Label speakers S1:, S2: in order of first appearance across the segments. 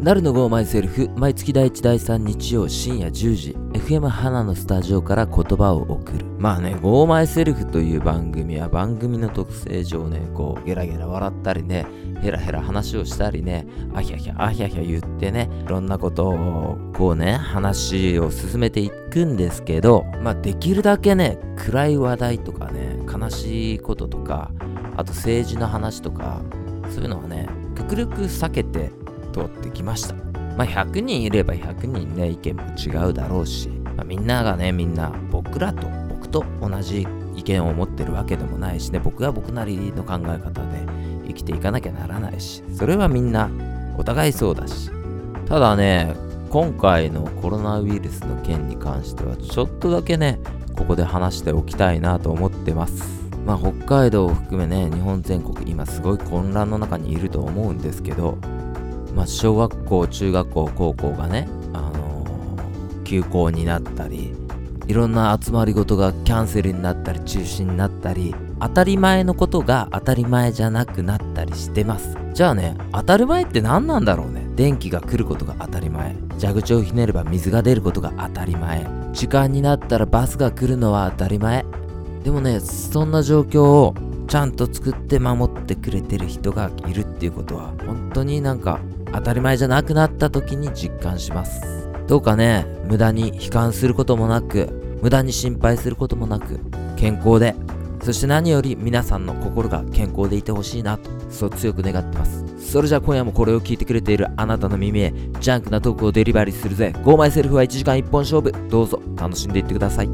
S1: なるのごマイセルフ毎月第1第3日曜深夜10時 FM 花のスタジオから言葉を送るまあね「ゴーマイセルフ」という番組は番組の特性上ねこうゲラゲラ笑ったりねヘラヘラ話をしたりねあひゃひゃあひゃひゃ言ってねいろんなことをこうね話を進めていくんですけどまあできるだけね暗い話題とかね悲しいこととかあと政治の話とかそういうのはね極力避けて通ってきましたまあ100人いれば100人ね意見も違うだろうし、まあ、みんながねみんな僕らと僕と同じ意見を持ってるわけでもないしね僕は僕なりの考え方で生きていかなきゃならないしそれはみんなお互いそうだしただね今回のコロナウイルスの件に関してはちょっとだけねここで話しておきたいなと思ってますまあ北海道を含めね日本全国今すごい混乱の中にいると思うんですけどまあ、小学校中学校高校がね、あのー、休校になったりいろんな集まりごとがキャンセルになったり中止になったり当たり前のことが当たり前じゃなくなったりしてますじゃあね当たり前って何なんだろうね電気が来ることが当たり前蛇口をひねれば水が出ることが当たり前時間になったらバスが来るのは当たり前でもねそんな状況をちゃんと作って守ってくれてる人がいるっていうことは本当になんか当たり前じゃなくなった時に実感しますどうかね無駄に悲観することもなく無駄に心配することもなく健康でそして何より皆さんの心が健康でいてほしいなとそう強く願ってますそれじゃあ今夜もこれを聞いてくれているあなたの耳へジャンクなトークをデリバリーするぜ Go My Self は1時間1本勝負どうぞ楽しんでいってください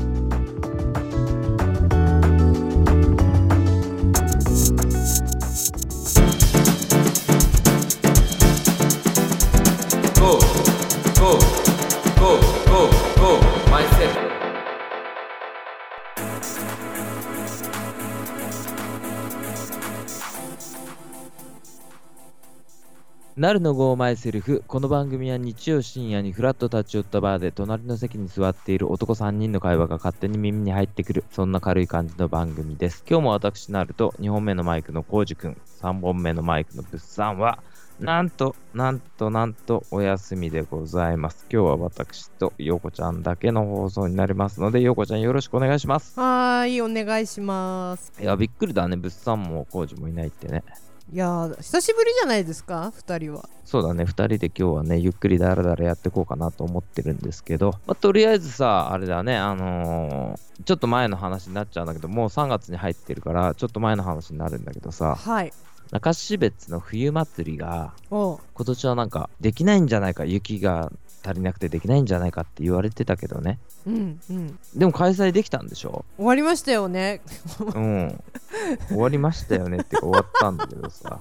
S1: なるのゴーマイセルフこの番組は日曜深夜にフラッと立ち寄ったバーで隣の席に座っている男3人の会話が勝手に耳に入ってくるそんな軽い感じの番組です今日も私なると2本目のマイクのコウジくん3本目のマイクのブッサンはなんとなんとなんとお休みでございます今日は私とヨコちゃんだけの放送になりますのでヨコちゃんよろしくお願いします
S2: はーい、お願いします。
S1: いやびっくりだねブッサンもコウジもいないってね
S2: いやー、久しぶりじゃないですか、二人は。
S1: そうだね、2人で今日はね、ゆっくりだらだらやっていこうかなと思ってるんですけど、まあ、とりあえずさ、あれだね、あのーちょっと前の話になっちゃうんだけど、もう3月に入ってるから、ちょっと前の話になるんだけどさ、
S2: はい。
S1: 中標津の冬祭りが、
S2: おう
S1: 今年はなんか、できないんじゃないか、雪が足りなくてできないんじゃないかって言われてたけどね、
S2: うんうん。
S1: でも開催できたんでしょ
S2: 終わりましたよね。
S1: うん。終わりましたよねってか、終わったんだけどさ。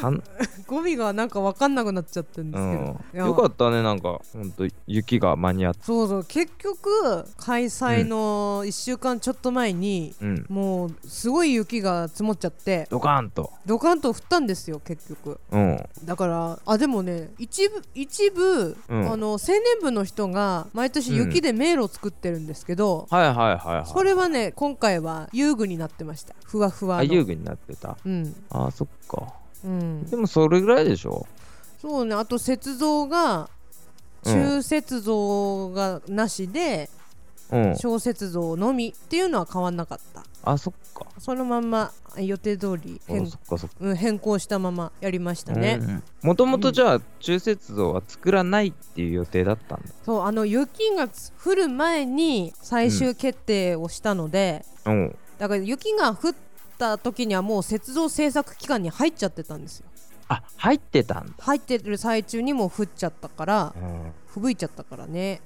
S1: かん
S2: 語尾がなんかわかんなくなっちゃってるんで
S1: う
S2: すけど。
S1: ん、
S2: いや
S1: よかったねなんかほんと雪が間に合って
S2: そうそう、結局、開催の一週間ちょっと前に、
S1: うん、
S2: もうすごい雪が積もっちゃって、
S1: ドカーンと。
S2: ドカンと降ったんですよ、結局。
S1: うん。
S2: だから、あ、でもね、一部、一部、
S1: うん
S2: あの青年部の人が毎年雪で迷路を作ってるんですけど。
S1: はいはいはいはい。
S2: それはね今回は遊具になってましたふわふわの
S1: あ、遊具になってた。
S2: うん
S1: あー、そっか。
S2: うん
S1: でもそれぐらいでしょ。
S2: そうねあと雪像が
S1: うん
S2: 中雪像がなしで、
S1: うん。
S2: 小雪像のみっていうのは変わんなかった
S1: あ、そっか。
S2: そのまんま予定通り
S1: あそっ
S2: 変,、
S1: かそっか。
S2: うん、変更したままやりましたね、
S1: もともとじゃあ中雪像は作らないっていう予定だったんだ。
S2: そうあの雪が降る前に最終決定をしたので、
S1: うん。
S2: だから雪が降った時にはもう雪像制作期間に入っちゃってたんですよ
S1: あ、入ってたんだ。
S2: 入ってる最中にもう降っちゃったから
S1: うん。
S2: 吹雪いちゃったからね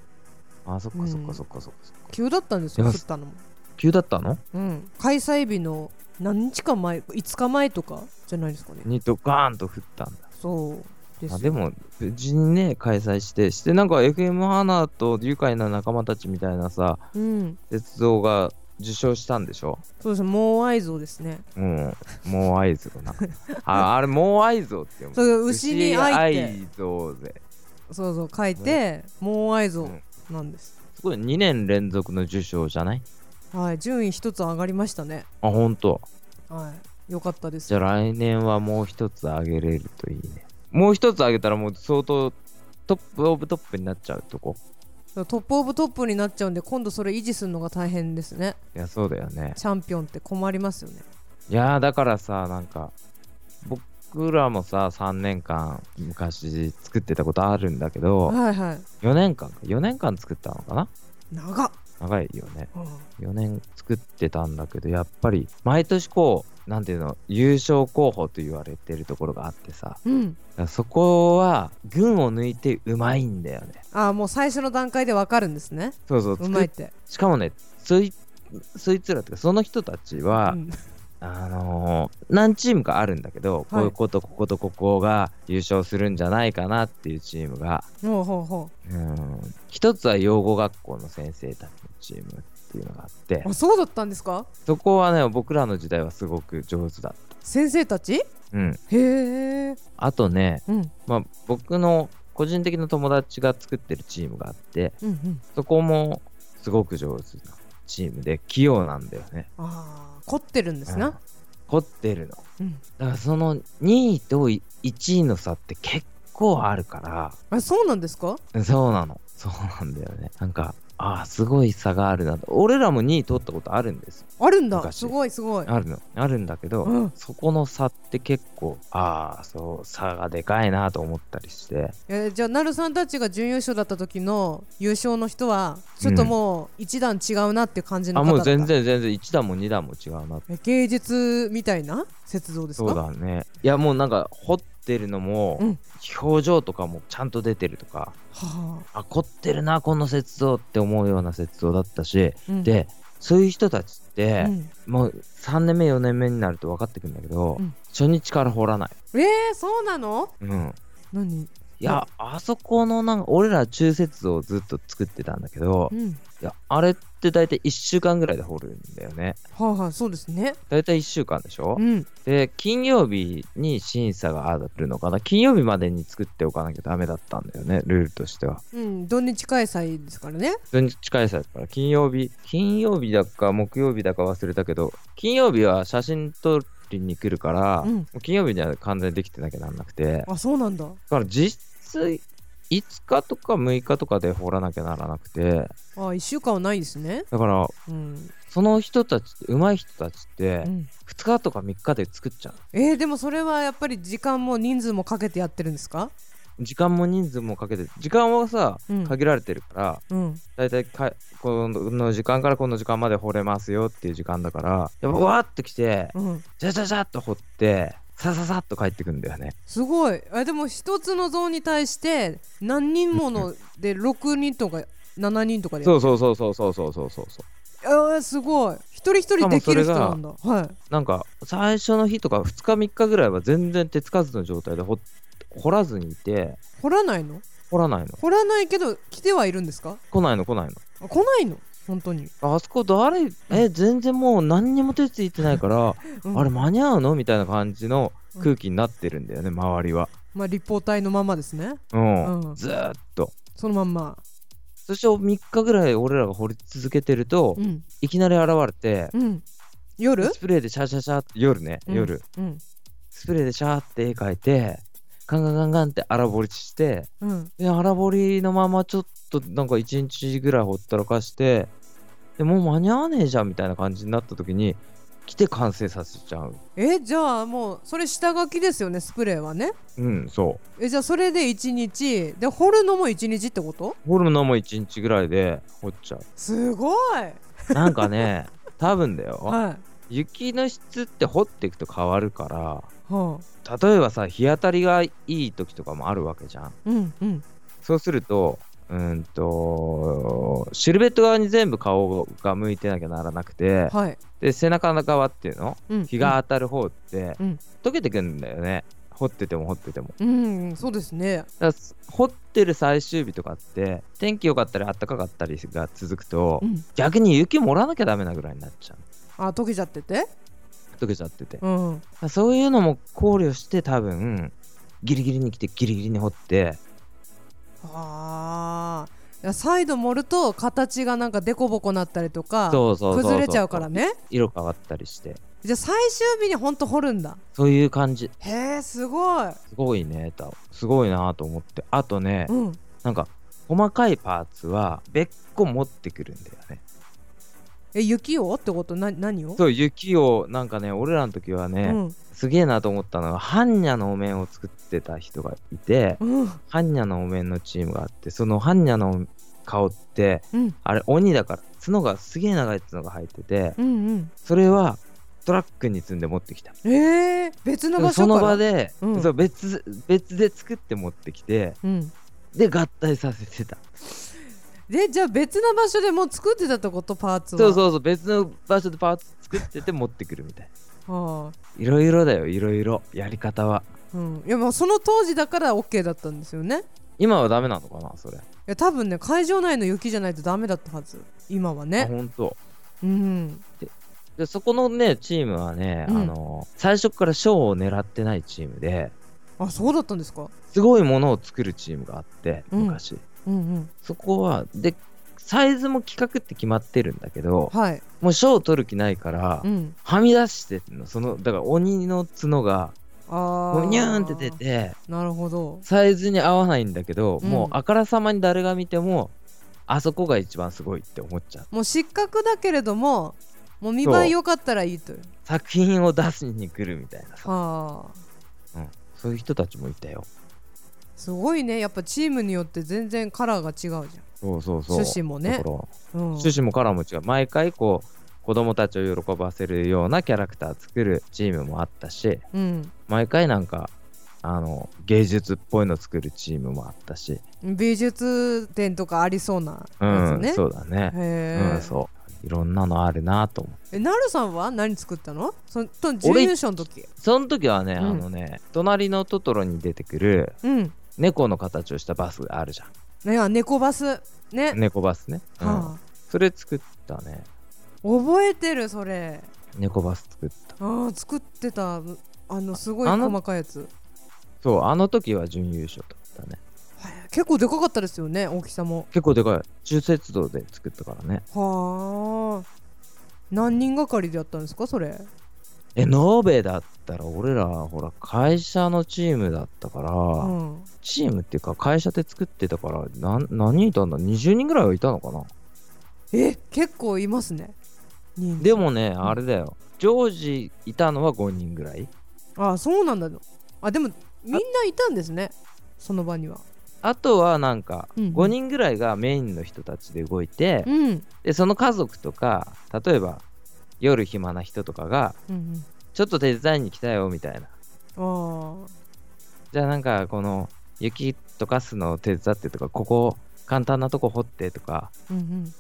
S1: あ、そっ
S2: う
S1: か
S2: ん
S1: そっかそっかそっかそっか。
S2: 急だったんですよ
S1: い
S2: 降
S1: や
S2: ったのも、
S1: 急だったの
S2: うん、開催日の何日か前5日前とかじゃないですかね
S1: にドカーンと降ったんだ。
S2: そうで
S1: あ
S2: す
S1: で
S2: よ
S1: も無事にね開催してしてなんか FM 花と愉快な仲間たちみたいなさ
S2: うん
S1: 雪像が受賞したんでしょ
S2: そうですモーアイ像ですね
S1: もう、もう合図 だな。あ、あれ、もう合図って読む。
S2: そう牛に
S1: 合
S2: 会いて
S1: いぞぜ。
S2: そうそう書いてモーアイ像
S1: うん
S2: なんです、
S1: すごい、2年連続の受賞じゃない
S2: はい順位一つ上がりましたね
S1: あ、ほんと。
S2: はいよかったです
S1: じゃあ来年はもう一つあげれるといいね。もう一つ上げたらもう相当トップオブトップになっちゃうとこ
S2: トップオブトップになっちゃうんで今度それ維持するのが大変ですね
S1: いやそうだよね
S2: チャンピオンって困りますよね
S1: いやーだからさなんか僕らもさ3年間昔作ってたことあるんだけど
S2: はいはい
S1: 4年間か4年間作ったのかな
S2: 長っ、
S1: 長いよね
S2: うん
S1: 4年作ってたんだけどやっぱり毎年こうなんていうの優勝候補と言われてるところがあってさ
S2: うん、
S1: だからそこは群を抜いてうまいんだよね
S2: ああもう最初の段階でわかるんですね
S1: そうそう
S2: うまいって、
S1: しかもねそいそいつらってかその人たちは、
S2: うん
S1: あのー何チームかあるんだけど、こういうことこことここが優勝するんじゃないかなっていうチームが
S2: ほうほうほ
S1: うん一つは養護学校の先生たちのチームっていうのがあって
S2: うあそうだったんですか
S1: そこはね僕らの時代はすごく上手だっ
S2: 先生たち
S1: た、うん、
S2: へえ
S1: あとね、
S2: うんうん
S1: まあ、僕の個人的な友達が作ってるチームがあって
S2: うん
S1: そこもすごく上手なチームで器用なんだよね
S2: ああ凝ってるんです
S1: うん
S2: な、
S1: 凝ってるの
S2: うん、
S1: だからその2位と1位の差って結構あるか
S2: あそうなんですから
S1: そうなのそうなんだよねなんかああすごい差があるなと俺らも2位取ったことあるんです
S2: あるんだ
S1: 昔
S2: すごいすごい
S1: あるのあるんだけど、
S2: うん
S1: そこの差って結構ああそう差がでかいなと思ったりして
S2: えーじゃあなるさんたちが準優勝だった時の優勝の人はちょっともう一段違うなっていう感じの
S1: あ
S2: 方だ
S1: も
S2: った
S1: う全然全然1段も2段も違うな
S2: え芸術みたいな雪像です
S1: そう
S2: か
S1: だねいやもうなんか掘ってるのも、
S2: うん
S1: 表情とかもちゃんと出てるとか
S2: は
S1: あ凝ってるなこの雪像って思うような雪像だったし
S2: あ、うん、
S1: でそういう人たちって
S2: う、ん
S1: もう3年目4年目になると分かってくるんだけど、
S2: うん
S1: 初日から掘らない、
S2: えー、そうなの
S1: うん、
S2: 何
S1: いや、あそこのなんか俺ら中節をずっと作ってたんだけど、
S2: う
S1: い
S2: ん
S1: やあれって大体1週間ぐらいで掘るんだよね
S2: はあ、はあ、そうですね
S1: 大体1週間でしょ、
S2: うん
S1: で金曜日に審査があるのかな金曜日までに作っておかなきゃダメだったんだよねルールとしては
S2: うん土日開催ですからね
S1: 土日開催だから金曜日金曜日だか木曜日だか忘れたけど金曜日は写真撮りに来るから、
S2: うん
S1: もう金曜日には完全にできてなきゃなんなくてだ
S2: あそうなんだ
S1: から実質5日とか6日とかで掘らなきゃならなくて
S2: あ1週間はないですね
S1: だから
S2: うん、
S1: その人たち上手い人たちって
S2: うん、
S1: 2日とか3日で作っちゃう
S2: えー、でもそれはやっぱり時間も人数もかけてやってるんですか
S1: 時間も人数もかけて時間はさ
S2: うん
S1: 限られてるから、
S2: うん
S1: 大体かこの時間からこの時間まで掘れますよっていう時間だからやっぱわーってきて
S2: うん
S1: じゃじゃじゃっと掘ってさささっと帰ってくんだよね
S2: すごいあでも一つの像に対して何人もので6人とか7人とかで
S1: そうそうそうそうそうそうそうそう
S2: あーすごい一人一人できる人なんだはい
S1: なんか最初の日とか2日3日ぐらいは全然手つかずの状態で掘掘らずにいて
S2: 掘らないの
S1: 掘らないの
S2: 掘らないけど来てはいるんですか
S1: 来ないの来ない
S2: あ来ないの本当に、
S1: のあそこ誰え全然もう何にも手ついてないから
S2: うん
S1: あれ間に合うのみたいな感じの空気になってるんだよね周りは
S2: まあ立方体のままですね
S1: うん、
S2: うん
S1: ずーっと
S2: そのまんま
S1: そして3日ぐらい俺らが掘り続けてると
S2: うん
S1: いきなり現れて
S2: うん夜
S1: スプレーでシャシャシャって夜ね夜、
S2: うん
S1: スプレーでシャーって絵描いてガンガンガンガンって荒掘りして
S2: うん
S1: で荒掘りのままちょっとなんか1日ぐらいほったらかしてでもう間に合わねえじゃんみたいな感じになった時に来て完成させちゃう
S2: えじゃあもうそれ下書きですよねスプレーはね
S1: うんそ
S2: えじゃあそれで1日で掘るのも1日ってこと
S1: う掘るのも1日ぐらいで掘っちゃ
S2: すごいう
S1: なんか ね多分だよ、
S2: はい
S1: 雪の質って掘っていくと変わるか
S2: はあ
S1: ら例えばさ日当たりがいい時とかもあるわけじゃん
S2: うんうん
S1: そうすると、うーんと、シルベット側に全部顔が向いてなきゃならなくて、
S2: はい、
S1: で、背中側っていうの
S2: うん、
S1: 日が当たる方って、
S2: うん
S1: 溶けてくんだよね。掘ってても掘ってても。
S2: うん、うん、そうですね
S1: だから掘ってる最終日とかって、天気良かったり暖かかったりが続くと、
S2: うん
S1: 逆に雪盛らなきゃダメなぐらいになっちゃう。
S2: あ溶けちゃってて
S1: 溶けちゃってて。だか
S2: うん
S1: らそういうのも考慮して多分、ギリギリに来てギリギリに掘って、
S2: ああ再度盛ると形がなんかデコボコなったりとか
S1: そうそうそうそう
S2: 崩れちゃうからね
S1: 色変わったりして。
S2: じゃあ最終日にほんと掘るんだ
S1: そういう感じ
S2: へえすごい
S1: すごいねとすごいなと思ってあとね、
S2: うん
S1: なんか細かいパーツは別個持ってくるんだよね
S2: え雪をってことな何を
S1: そう雪をなんかね俺らの時はね、
S2: うん
S1: すげえなと思ったのが般若のお面を作ってた人がいて
S2: うん
S1: 般若のお面のチームがあってその般若の顔って
S2: うん
S1: あれ鬼だから角がすげえ長い角が入ってて
S2: うん
S1: それはトラックに積んで持ってきた
S2: うんえー、別の場
S1: そ
S2: 所か
S1: の
S2: ら
S1: 場で、
S2: うん
S1: そう別別で作って持ってきて
S2: うん
S1: で合体させてた
S2: でじゃあ別の場所でもう作ってたってことパーツは
S1: そうそうそう別の場所でパーツ作ってて持ってくるみたい
S2: あ
S1: いろいろだよいろいろやり方は
S2: あうんいやもうその当時だから OK だったんですよね
S1: 今はダメなのかなそれ、
S2: いや多分ね会場内の雪じゃないとダメだったはず今は
S1: あ
S2: ね
S1: 本当
S2: うん
S1: でそこのねチームはね、
S2: うん
S1: あの最初から賞を狙ってないチームで
S2: あそうだったんですか
S1: すごいものを作るチームがあって
S2: うん
S1: 昔、
S2: うんうん
S1: そこはでサイズも企画って決まってるんだけど
S2: はい
S1: もう賞を取る気ないから、
S2: うん
S1: はみ出してんのそのだから鬼の角が
S2: あ
S1: こ
S2: あ
S1: うニャーンって出て
S2: なるほど
S1: サイズに合わないんだけど、
S2: うん
S1: もうあからさまに誰が見てもあそこが一番すごいって思っちゃう
S2: もう失格だけれどももう見
S1: そう
S2: 栄え良かったらいいという
S1: 作品を出しに来るみたいなさ、
S2: はあ
S1: うん、そういう人たちもいたよ
S2: すごいねやっぱチームによって全然カラーが違うじ
S1: そうそうそう
S2: 趣旨もね
S1: だから
S2: ゃん、うん、
S1: 趣旨もカラーも違う毎回こう子供たちを喜ばせるようなキャラクター作るチームもあったし
S2: うん
S1: 毎回なんかあの芸術っぽいの作るチームもあったし、
S2: 美術展とかありそうな
S1: う
S2: や
S1: ん
S2: つね、
S1: そうだね、
S2: へえ、
S1: うん、そういろんなのあるなと思って
S2: えなるさんは何作ったのそのと準優勝の時
S1: その時はね、
S2: うん
S1: あのね「隣のトトロ」に出てくる
S2: うん
S1: 猫の形をしたバスがあるじゃ
S2: ねあ猫バスね
S1: ん猫バスね、うん
S2: はあ、
S1: それ作ったね
S2: 覚えてるそれ
S1: 猫バス作った
S2: あー作ってたあのすごい
S1: あの
S2: 細かいやつ
S1: そうあの時は準優勝だったね
S2: はい結構でかかったですよね大きさも
S1: 結構でかい中雪道で作ったからね
S2: はあ何人がかりでやったんですかそれ
S1: え延べだったら俺らほら会社のチームだったから、
S2: うん
S1: チームっていうか会社で作ってたからなん何人いたんだ20人ぐらいはいたのかな
S2: え結構いますね人数
S1: でもねあれだよ常時いたのは5人ぐらい
S2: あそうなんだあでもみんないたんですねその場には
S1: あとはなんか
S2: うんうん
S1: 5人ぐらいがメインの人たちで動いて、
S2: うんうん
S1: でその家族とか例えば夜暇な人とかが
S2: うん
S1: ちょっと手伝いに来たよみたいな
S2: あー
S1: じゃあなんかこの雪溶かすのを手伝ってとかここ簡単なとこ掘ってとか
S2: うんうん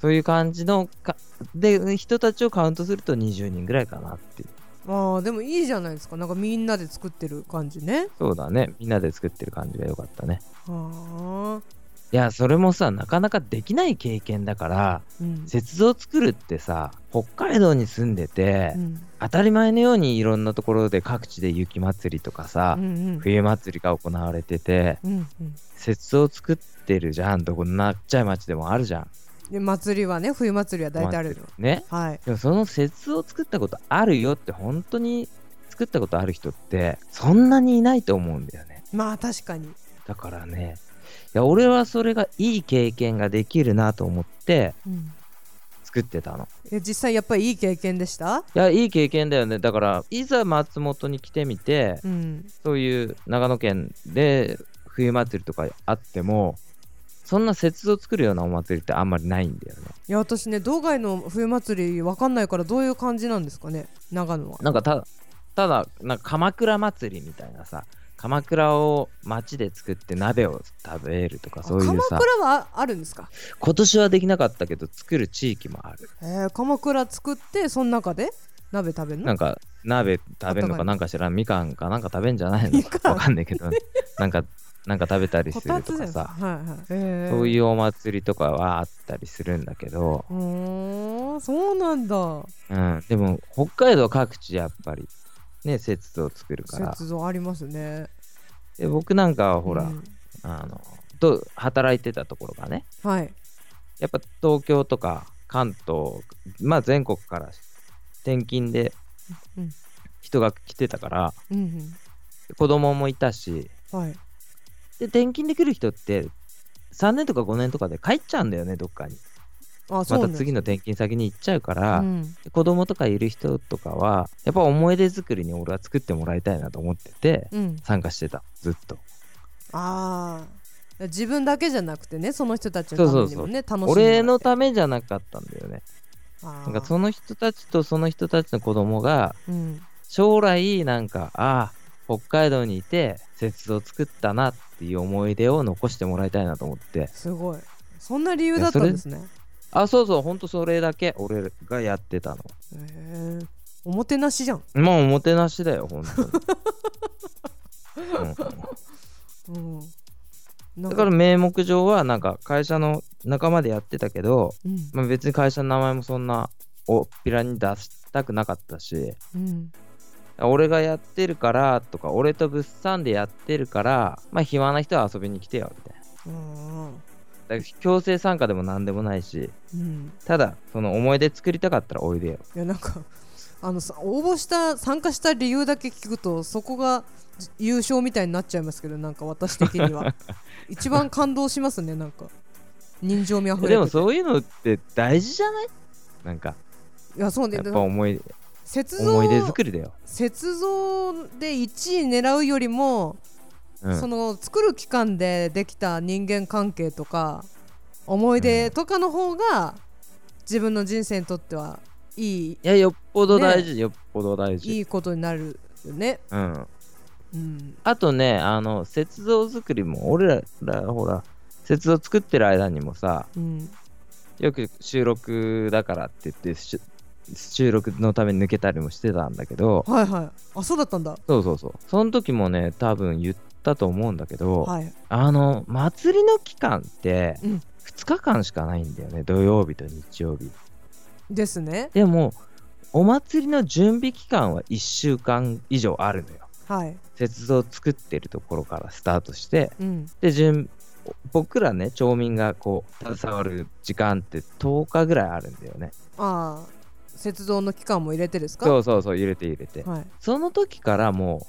S1: そういう感じのかで人たちをカウントすると20人ぐらいかなっていう
S2: あーでもいいじゃないですかなんかみんなで作ってる感じね
S1: そうだねみんなで作ってる感じが良かったね
S2: はあ
S1: いやそれもさなかなかできない経験だから
S2: うん
S1: 雪像作るってさ北海道に住んでて、
S2: うん
S1: 当たり前のようにいろんなところで各地で雪祭りとかさ、
S2: うんうん
S1: 冬祭りが行われてて
S2: うんうん
S1: 雪像作ってるじゃんどこんなっちゃい町でもあるじゃん
S2: で祭りはね冬祭りは大体あるの
S1: ね
S2: はい
S1: でもその雪を作ったことあるよって本当に作ったことある人ってそんなにいないと思うんだよね
S2: まあ確かに
S1: だからねいや俺はそれがいい経験ができるなと思って
S2: うん
S1: 作ってたの
S2: え実際やっぱりいい経験でした
S1: いやいい経験だよねだからいざ松本に来てみて
S2: うん
S1: そういう長野県で冬祭りとかあってもそんな雪を作るようなお祭りってあんまりないんだよね
S2: いや私ね道外の冬祭りわかんないからどういう感じなんですかね長野は
S1: なんかたただなんか鎌倉祭りみたいなさ鎌倉を町で作って鍋を食べるとかそういうさ
S2: 鎌倉はああるんですか、
S1: 今年はできなかったけど作る地域もある
S2: えー、鎌倉作ってその中で鍋食べるの
S1: なんか鍋食べるの
S2: 頭
S1: か
S2: に
S1: なんか知らんみかんかなんか食べんじゃないの
S2: みかん
S1: わかんないけ どなんかなんか食べたり
S2: こ
S1: す
S2: た
S1: る
S2: つ
S1: と
S2: じゃ
S1: か
S2: ないですか
S1: さ
S2: はいはいえー、
S1: そういううお祭りとかはあったりするんだけど、
S2: うーんそうなんだ
S1: うん、でも北海道各地やっぱりね節度を作るから
S2: 雪像ありますね
S1: で僕なんかはほら、
S2: うん
S1: あのと働いてたところがね
S2: はい
S1: やっぱ東京とか関東、まあ、全国から転勤で
S2: うん
S1: 人が来てたから、
S2: うん
S1: 子供もいたし、
S2: うんはい
S1: で、転勤できる人って、3年とか5年とかで帰っちゃうんだよね、どっかに。
S2: あそ
S1: ま
S2: うな
S1: た
S2: んです
S1: 次の転勤先に行っちゃうから、
S2: うん
S1: 子供とかいる人とかは、やっぱ思い出作りに俺は作ってもらいたいなと思ってて、
S2: うん
S1: 参加してた、ずっと。
S2: ああ自分だけじゃなくてねその人たちのためにもね楽しんでもらって
S1: 俺のためじゃなかったんだよね。
S2: あ
S1: な
S2: ー
S1: んかその人たちとその人たちの子供が、
S2: うん
S1: 将来なんか、ああ、北海道にいて、雪像作ったなっていう思い出を残してもらいたいなと思って。
S2: すごいそんな理由だったんですね
S1: あ、そうそう、ほんとそれだけ俺がやってたの。
S2: へえおもてなしじゃん、
S1: もうおもてなしだよ、ほんとに。うん
S2: うん、
S1: だ
S2: なん
S1: から名目上はなんか会社の仲間でやってたけど、
S2: うん
S1: まあ、別に会社の名前もそんなおっぴらに出したくなかったし
S2: うん
S1: 俺がやってるからとか俺と物産でやってるからまあ暇な人は遊びに来てよみたいな
S2: うん
S1: だから強制参加でも何でもないし
S2: うん
S1: ただその思い出作りたかったらおいでよ
S2: いやなんかあのさ応募した参加した理由だけ聞くとそこがじ優勝みたいになっちゃいますけどなんか私的 には一番感動しますねなんか人情味あふれてて
S1: でもそういうのって大事じゃないなんか
S2: いやそうね
S1: やっ
S2: で
S1: ぱ思い
S2: 雪像
S1: 思い出作りだよ、
S2: 雪像で1位狙うよりも、
S1: うん、
S2: その作る期間でできた人間関係とか思い出とかの方が自分の人生にとってはいい
S1: いやよっぽど大事、よっぽど大事
S2: いいことになるよね。
S1: うん
S2: うん、
S1: あとね、あの、雪像作りも、俺ら、ほら、雪像作ってる間にもさ、
S2: うん、
S1: よく収録だからって言って、し収録のために抜けたりもしてたんだけど、
S2: はいはいあそうだったんだ。
S1: そうそうそう。その時もね、多分言ったと思うんだけど、
S2: はい、
S1: あの、祭りの期間って、
S2: うん
S1: 2日間しかないんだよね、土曜日と日曜日。
S2: ですね。
S1: でも、お祭りの準備期間は1週間以上あるのよ。
S2: はい、
S1: 雪像作ってるところからスタートして、
S2: うん、
S1: で順僕らね町民がこう携わる時間って10日ぐらいあるんだよね
S2: ああ雪像の期間も入れてですか
S1: そうそうそう入れて入れて、
S2: はい、
S1: その時からも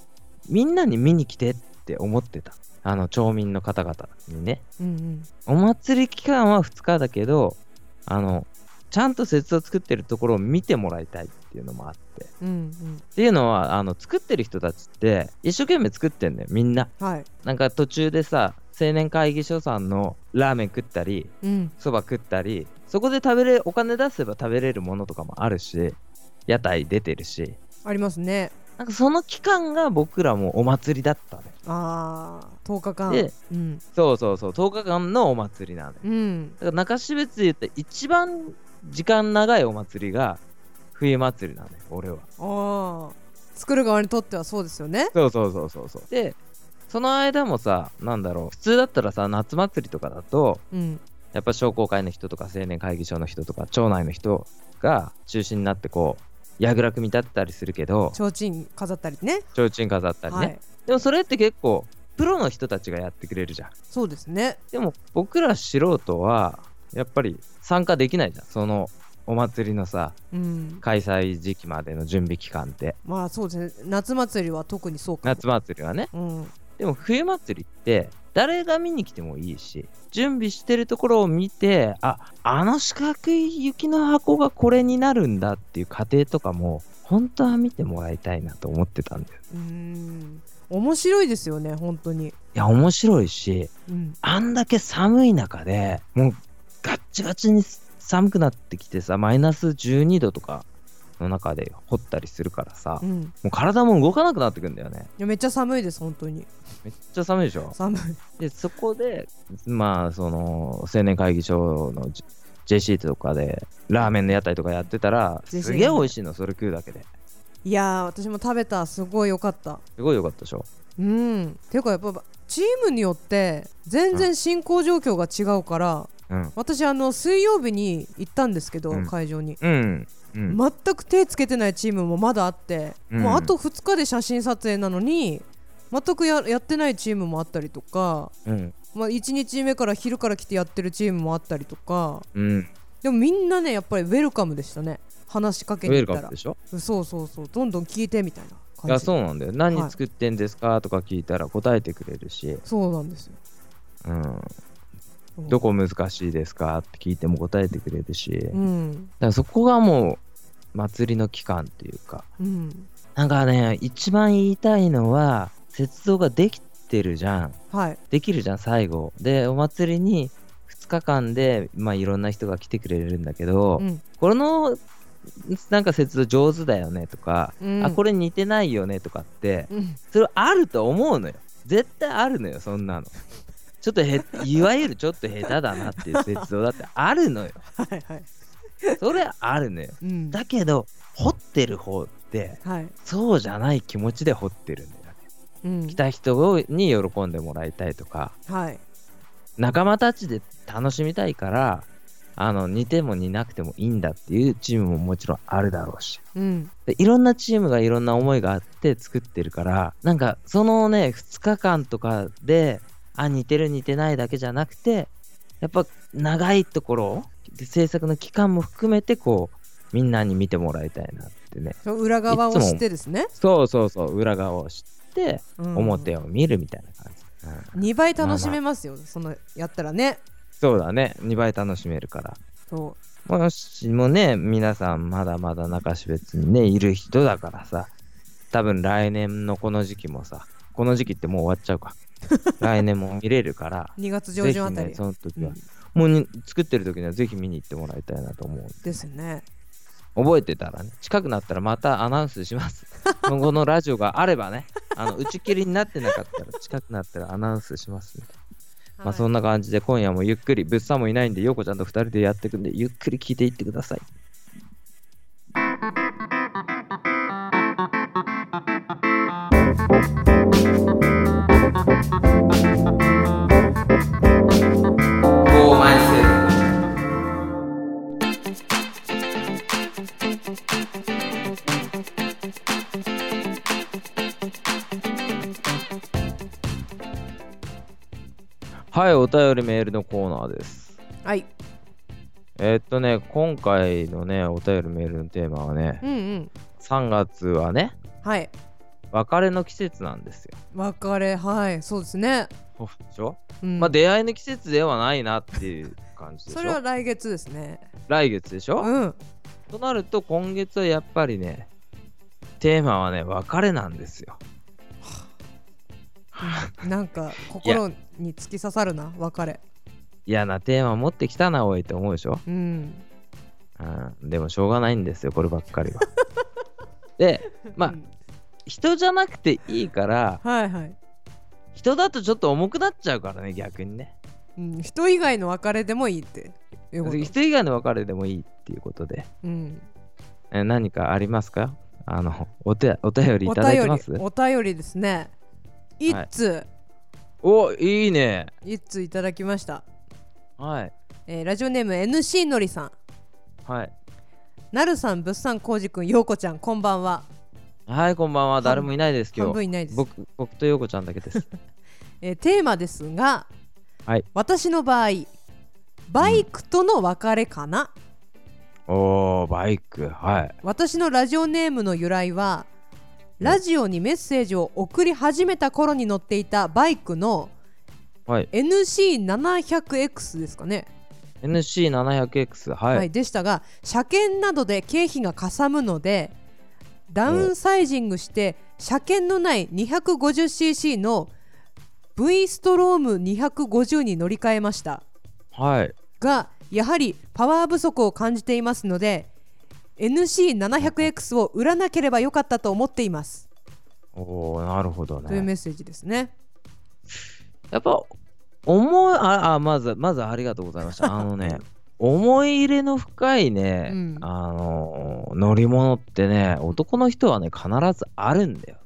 S1: うみんなに見に来てって思ってたあの町民の方々にね
S2: うん
S1: お祭り期間は2日だけどあのちゃんと雪を作ってるところを見てもらいたいっていうのもあってっ
S2: うんうん
S1: ていうのはあの作ってる人たちって一生懸命作ってんだよみんな
S2: うんはい、
S1: なんか途中でさ青年会議所さんのラーメン食ったり
S2: うん、
S1: そば食ったりそこで食べれお金出せば食べれるものとかもあるし屋台出てるし
S2: ありますね。
S1: なんかその期間が僕らもお祭りだったね
S2: ああ10日間。
S1: で
S2: うん
S1: そうそうそう10日間のお祭りなのよだ
S2: うん
S1: から中標津で言ったら一番時間長いお祭りが冬祭りなのよ俺は
S2: ああ作る側にとってはそうですよね
S1: そうそうそうそうそうでその間もさなんだろう普通だったらさ夏祭りとかだと
S2: うん
S1: やっぱ商工会の人とか青年会議所の人とか町内の人が中心になってこう櫓組み立てたりするけど
S2: 提灯飾ったりね
S1: 提灯飾ったりね、
S2: はい
S1: でもそれって結構プロの人たちがやってくれるじゃん
S2: そうですね
S1: でも僕ら素人はやっぱり参加できないじゃんそのお祭りのさ
S2: うん
S1: 開催時期までの準備期間って
S2: まあそうですね夏祭りは特にそうかも
S1: 夏祭りはね
S2: うん
S1: でも冬祭りって誰が見に来てもいいし準備してるところを見てああの四角い雪の箱がこれになるんだっていう過程とかも本当は見てもらいたいなと思ってたんだよ
S2: うん面白いですよね本当に
S1: いや面白いし
S2: うん
S1: あんだけ寒い中でもうガッチガチに寒くなってきてさマイナス12度とかの中で掘ったりするからさ、
S2: う
S1: も
S2: んいう
S1: 体も動かなくなってくんだよね
S2: やめっちゃ寒いです本当に
S1: めっちゃ寒いでしょ
S2: 寒い
S1: でそこでまあその青年会議所の J- JC とかでラーメンの屋台とかやってたら
S2: JC
S1: すげえ美味しいのそれ食うだけで
S2: いやー私も食べたすごい良かった
S1: すごい良かったでしょ
S2: うんていうかやっぱチームによって全然進行状況が違うから
S1: うん
S2: 私あの水曜日に行ったんですけど、
S1: うん
S2: 会場に
S1: うんうん、
S2: 全く手つけてないチームもまだあって、
S1: うん
S2: もうあと2日で写真撮影なのに全くややってないチームもあったりとか、
S1: うん
S2: まあ、1日目から昼から来てやってるチームもあったりとか
S1: うん
S2: でもみんなねやっぱりウェルカムでしたね話しかけ
S1: ウ
S2: に
S1: ェル
S2: 行
S1: カ
S2: った
S1: ム
S2: ら
S1: でしょ
S2: そうそうそうどんどん聞いてみたいな感じ
S1: いやそうなんだよ何
S2: はい
S1: 作ってんですかとか聞いたら答えてくれるし、
S2: そうなんですよ
S1: うん、
S2: うん
S1: どこ難しいですかって聞いても答えてくれるし、だ
S2: う
S1: か
S2: ん
S1: らそこがもう祭りの期間っていうか
S2: うん
S1: なんかね一番言いたいのは雪像ができてるじゃん
S2: はい
S1: できるじゃん最後でお祭りに2日間で、まあ、いろんな人が来てくれるんだけど、
S2: うん
S1: このなんか雪像上手だよねとか、
S2: うん
S1: あこれ似てないよねとかって
S2: うん
S1: それあると思うのよ絶対あるのよそんなのちょっと へいわゆるちょっと下手だなっていう雪像だってあるのよ
S2: はいはい
S1: それあるのよ
S2: うん
S1: だけど掘ってる方って
S2: はい
S1: そうじゃない気持ちで掘ってるんだよね
S2: うん
S1: 来た人に喜んでもらいたいとか
S2: はい
S1: 仲間たちで楽しみたいからあの似ても似なくてもいいんだっていうチームももちろんあるだろうし
S2: うん
S1: でいろんなチームがいろんな思いがあって作ってるからなんかそのね2日間とかであ似てる似てないだけじゃなくてやっぱ長いところ制作の期間も含めてこうみんなに見てもらいたいなってね
S2: その裏側を知ってですね
S1: そうそうそう裏側を知って
S2: うん
S1: 表を見るみたいな感じ、うん
S2: 2倍楽しめますよそのやったらね
S1: そうだね2倍楽しめるから
S2: そ
S1: もしもね、皆さんまだまだ中標津にね、いる人だからさ、多分来年のこの時期もさ、この時期ってもう終わっちゃう か。来年も見れるから、
S2: う2月
S1: ぜ
S2: 上
S1: ひ
S2: 旬あたり
S1: ね、その時
S2: う
S1: は
S2: ん、
S1: もうに作ってる時にはぜひ見に行ってもらいたいなと思う。
S2: ですね
S1: 覚えてたらね、近くなったらまたアナウンスし ます。今後のラジオがあればね、あの打ち切りになってなかったら、近くなったらアナウンスしますね、まあそんな感じで今夜もゆっくり、ぶっさんもいないんで、ヨコちゃんと2人でやっていくんで、ゆっくり聞いていってください。はい、お便りメールのコーナーです。
S2: はい
S1: えーっとね、今回のね、お便りメールのテーマはね
S2: う、んうん
S1: 3月はね、
S2: はい
S1: 別れの季節なんですよ。
S2: 別れはいそうですね
S1: でしょ、
S2: うん
S1: まあ、出会いの季節ではないなっていう感じでしょ
S2: それは来月ですね
S1: 来月でしょ、
S2: うん
S1: となると、今月はやっぱりね、テーマはね、別れなんですよ。
S2: なんか心に突き刺さるな別れ
S1: 嫌なテーマ持ってきたな、おいって思うでしょ、
S2: うん
S1: うん、でもしょうがないんですよ、こればっかり は。で、まあ
S2: う、ん
S1: 人じゃなくていいから、
S2: はいはい、
S1: 人だとちょっと重くなっちゃうからね、逆にね。
S2: うん、人以外の別れでもいいっていうこと
S1: 人以外の別れでもいいっていうことで、
S2: うん、
S1: え何かありますかあのお手お便りい
S2: お
S1: ただいて
S2: 便
S1: ま
S2: り
S1: す
S2: お便りですね一通、
S1: おいいね
S2: 一通いただきました、
S1: はい
S2: えーラジオネーム NC のりさん
S1: はい
S2: なるさんぶっさんこうじくんようこちゃんこんばんは
S1: はいこんばんは誰もいないです今
S2: 半分
S1: 日
S2: いないです
S1: 僕僕と陽子ちゃんだけです
S2: えーテーマですが、
S1: はい
S2: 私の場合バイクとの別れかな、
S1: おーバイクはい
S2: 私のラジオネームの由来はラジオにメッセージを送り始めた頃に乗っていたバイクの
S1: はい
S2: NC700X ですかね、
S1: NC700X は、
S2: はいいでしたが車検などで経費がかさむのでダウンサイジングして車検のない 250cc の V ストローム250に乗り換えました
S1: はい、
S2: がやはりパワー不足を感じていますので NC700X を売らなければよかったと思っています、
S1: おおなるほど
S2: という
S1: ね
S2: メッセージですね
S1: やっぱ思いああまずまずありがとうございました あのね思い入れの深いね、
S2: うん
S1: あのー乗り物ってね男の人はね必ずあるんだよ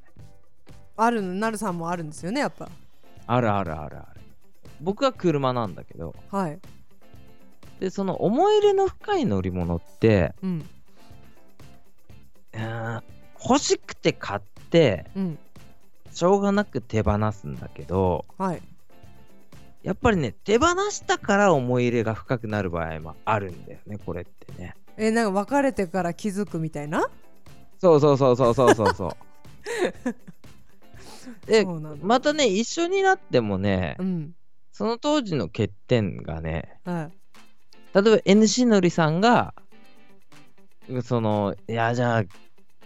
S2: あるなるさんもあるんですよねやっぱ
S1: あるあるあるある。僕は車なんだけど、
S2: はい
S1: で、その思い入れの深い乗り物って、
S2: うん
S1: うーん欲しくて買って、
S2: うん
S1: しょうがなく手放すんだけど、
S2: はい
S1: やっぱりね、手放したから思い入れが深くなる場合もあるんだよね、これってね。
S2: えなんか別れてから気づくみたいな
S1: そうそうそうそうそうそう そうで
S2: そうなんだ
S1: またね一緒になってもね
S2: うん
S1: その当時の欠点がね
S2: は
S1: 例えば NC のりさんがそのいやじゃあ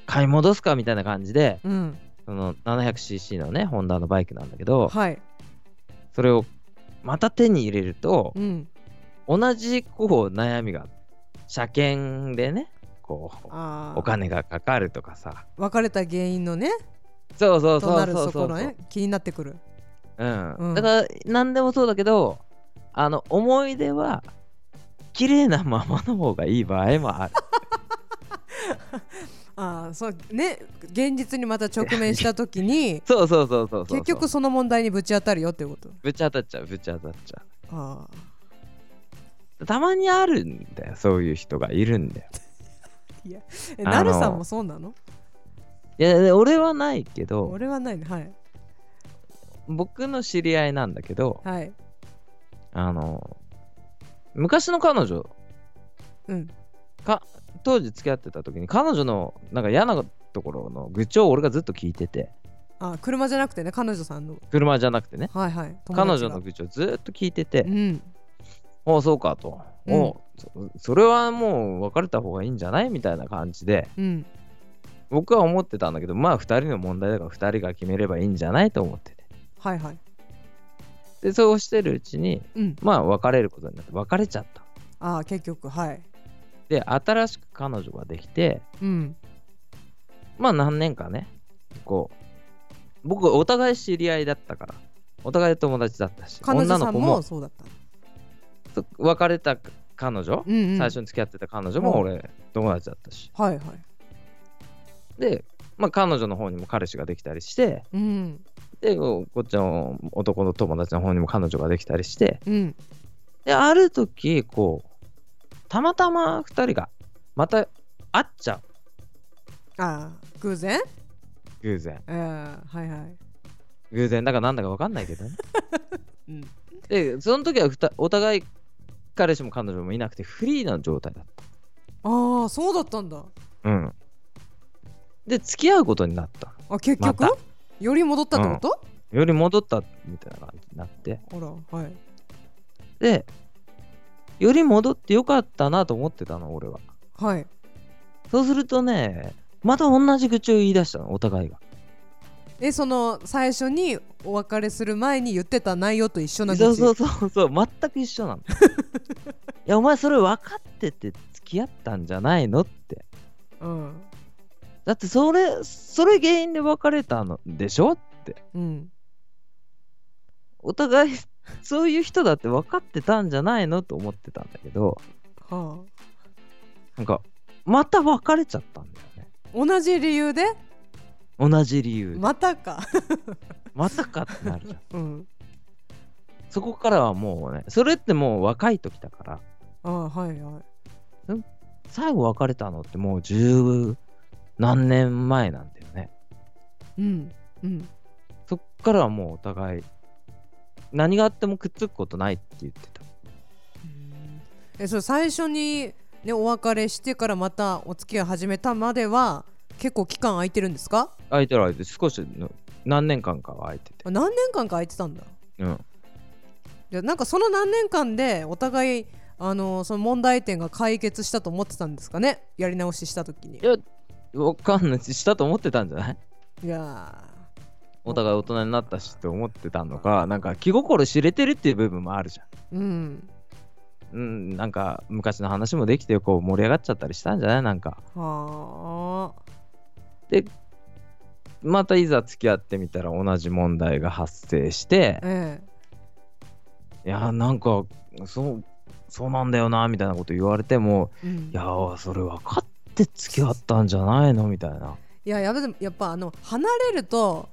S1: 買い戻すかみたいな感じで
S2: いうん
S1: その 700cc のねホンダのバイクなんだけど
S2: はい
S1: それをまた手に入れると
S2: うん
S1: 同じこう悩みが車検でねこう
S2: あー
S1: お金がかかるとかさ
S2: 別れた原因のね
S1: そうそう
S2: と
S1: そ
S2: な
S1: う
S2: る
S1: そう
S2: そ
S1: そ
S2: こ
S1: う
S2: のね気になってくる
S1: うん
S2: うん
S1: だから何でもそうだけどあの思い出は綺麗なままの方がいい場合 もある
S2: ああそうね現実にまた直面した時 に
S1: そうそうそうそうそうそう
S2: 結局その問題にぶち当たるよっていうこと
S1: ぶち当たっちゃうぶち当たっちゃ
S2: ああ
S1: うたまにあるんだよそういう人がいるんだよ
S2: え
S1: あの
S2: なるさんもそうなの
S1: いやで俺はないけど
S2: 俺はないねはい
S1: 僕の知り合いなんだけど
S2: はい
S1: あの昔の彼女
S2: うん
S1: 当時付き合ってた時に彼女のなんか嫌なところの愚痴を俺がずっと聞いてて
S2: あー車じゃなくてね彼女さんの
S1: 車じゃなくてね
S2: はいはい友
S1: 彼
S2: 達
S1: 女
S2: が
S1: の愚痴をずっと聞いてて
S2: うん
S1: おそうかと、
S2: うん
S1: おそそれはもう別れた方がいいんじゃないみたいな感じで
S2: うん
S1: 僕は思ってたんだけどまあ2人の問題だから2人が決めればいいんじゃないと思ってて
S2: はいはい
S1: でそうしてるうちに
S2: うん
S1: まあ別れることになって別れちゃった
S2: ああ結局はい
S1: で新しく彼女ができて
S2: うん
S1: まあ何年かねこう僕お互い知り合いだったからお互い友達だったし
S2: 彼女さん
S1: 女の
S2: も
S1: 子
S2: そうだった
S1: そ別れた彼女、
S2: うん、うん、
S1: 最初に付き合ってた彼女も俺友達だったし
S2: はいはい
S1: で、まあ、彼女の方にも彼氏ができたりして
S2: うん
S1: でこうこっちの男の友達の方にも彼女ができたりして
S2: うん
S1: である時こうたまたま2人がまた会っちゃう
S2: ああ偶然
S1: 偶然
S2: えー、はいはい
S1: 偶然だかなんだか分かんないけどね
S2: うん
S1: でその時はふたお互い彼氏も彼女もいなくてフリーな状態だっ
S2: ああそうだったんだ
S1: たうんで付き合うことになった
S2: あ結局、
S1: ま
S2: より戻ったってこと、
S1: より戻ったみたいな感じになって
S2: ほらはい
S1: でより戻ってよかったなと思ってたの俺は
S2: はい
S1: そうするとねまた同じ愚痴を言い出したのお互いが
S2: えその最初にお別れする前に言ってた内容と一緒な
S1: そうそううそうそう全く一緒な のいやお前それ分かってて付き合ったんじゃないのって
S2: うん
S1: だってそれそれ原因で別れたのでしょって
S2: うん
S1: お互い そういう人だって分かってたんじゃないのと思ってたんだけど
S2: はあ
S1: なんかまた別れちゃったんだよね
S2: 同じ理由で
S1: 同じ理由でま
S2: またか
S1: さかってなるじゃん
S2: うん
S1: そこからはもうねそれってもう若い時だから
S2: ああはいはい
S1: 最後別れたのってもう十何年前なんだよね
S2: うんうん
S1: そっからはもうお互い何があってもくっつくことないって言ってた
S2: えそれ最初にねお別れしてからまたお付き合い始めたまでは結構期間空いてるんですか
S1: 空いてる空いてる少しの何年間かは空いてて
S2: あ何年間か空いてたんだ
S1: うん
S2: じゃなんかその何年間でお互いあのその問題点が解決したと思ってたんですかねやり直しした時に
S1: いやわかんないしたと思ってたんじゃない
S2: いや
S1: お互い大人になったしって思ってたのかなんか気心知れてるっていう部分もあるじゃん
S2: ーうん
S1: うん、なんか昔の話もできてこう盛り上がっちゃったりしたんじゃないなんか
S2: はあ
S1: またいざ付き合ってみたら同じ問題が発生して
S2: え
S1: いやなんかそうそうなんだよなみたいなこと言われても
S2: え、うん、
S1: いやーそれ分かって付き合ったんじゃないのみたいな、
S2: いややべでもやっぱあの離れると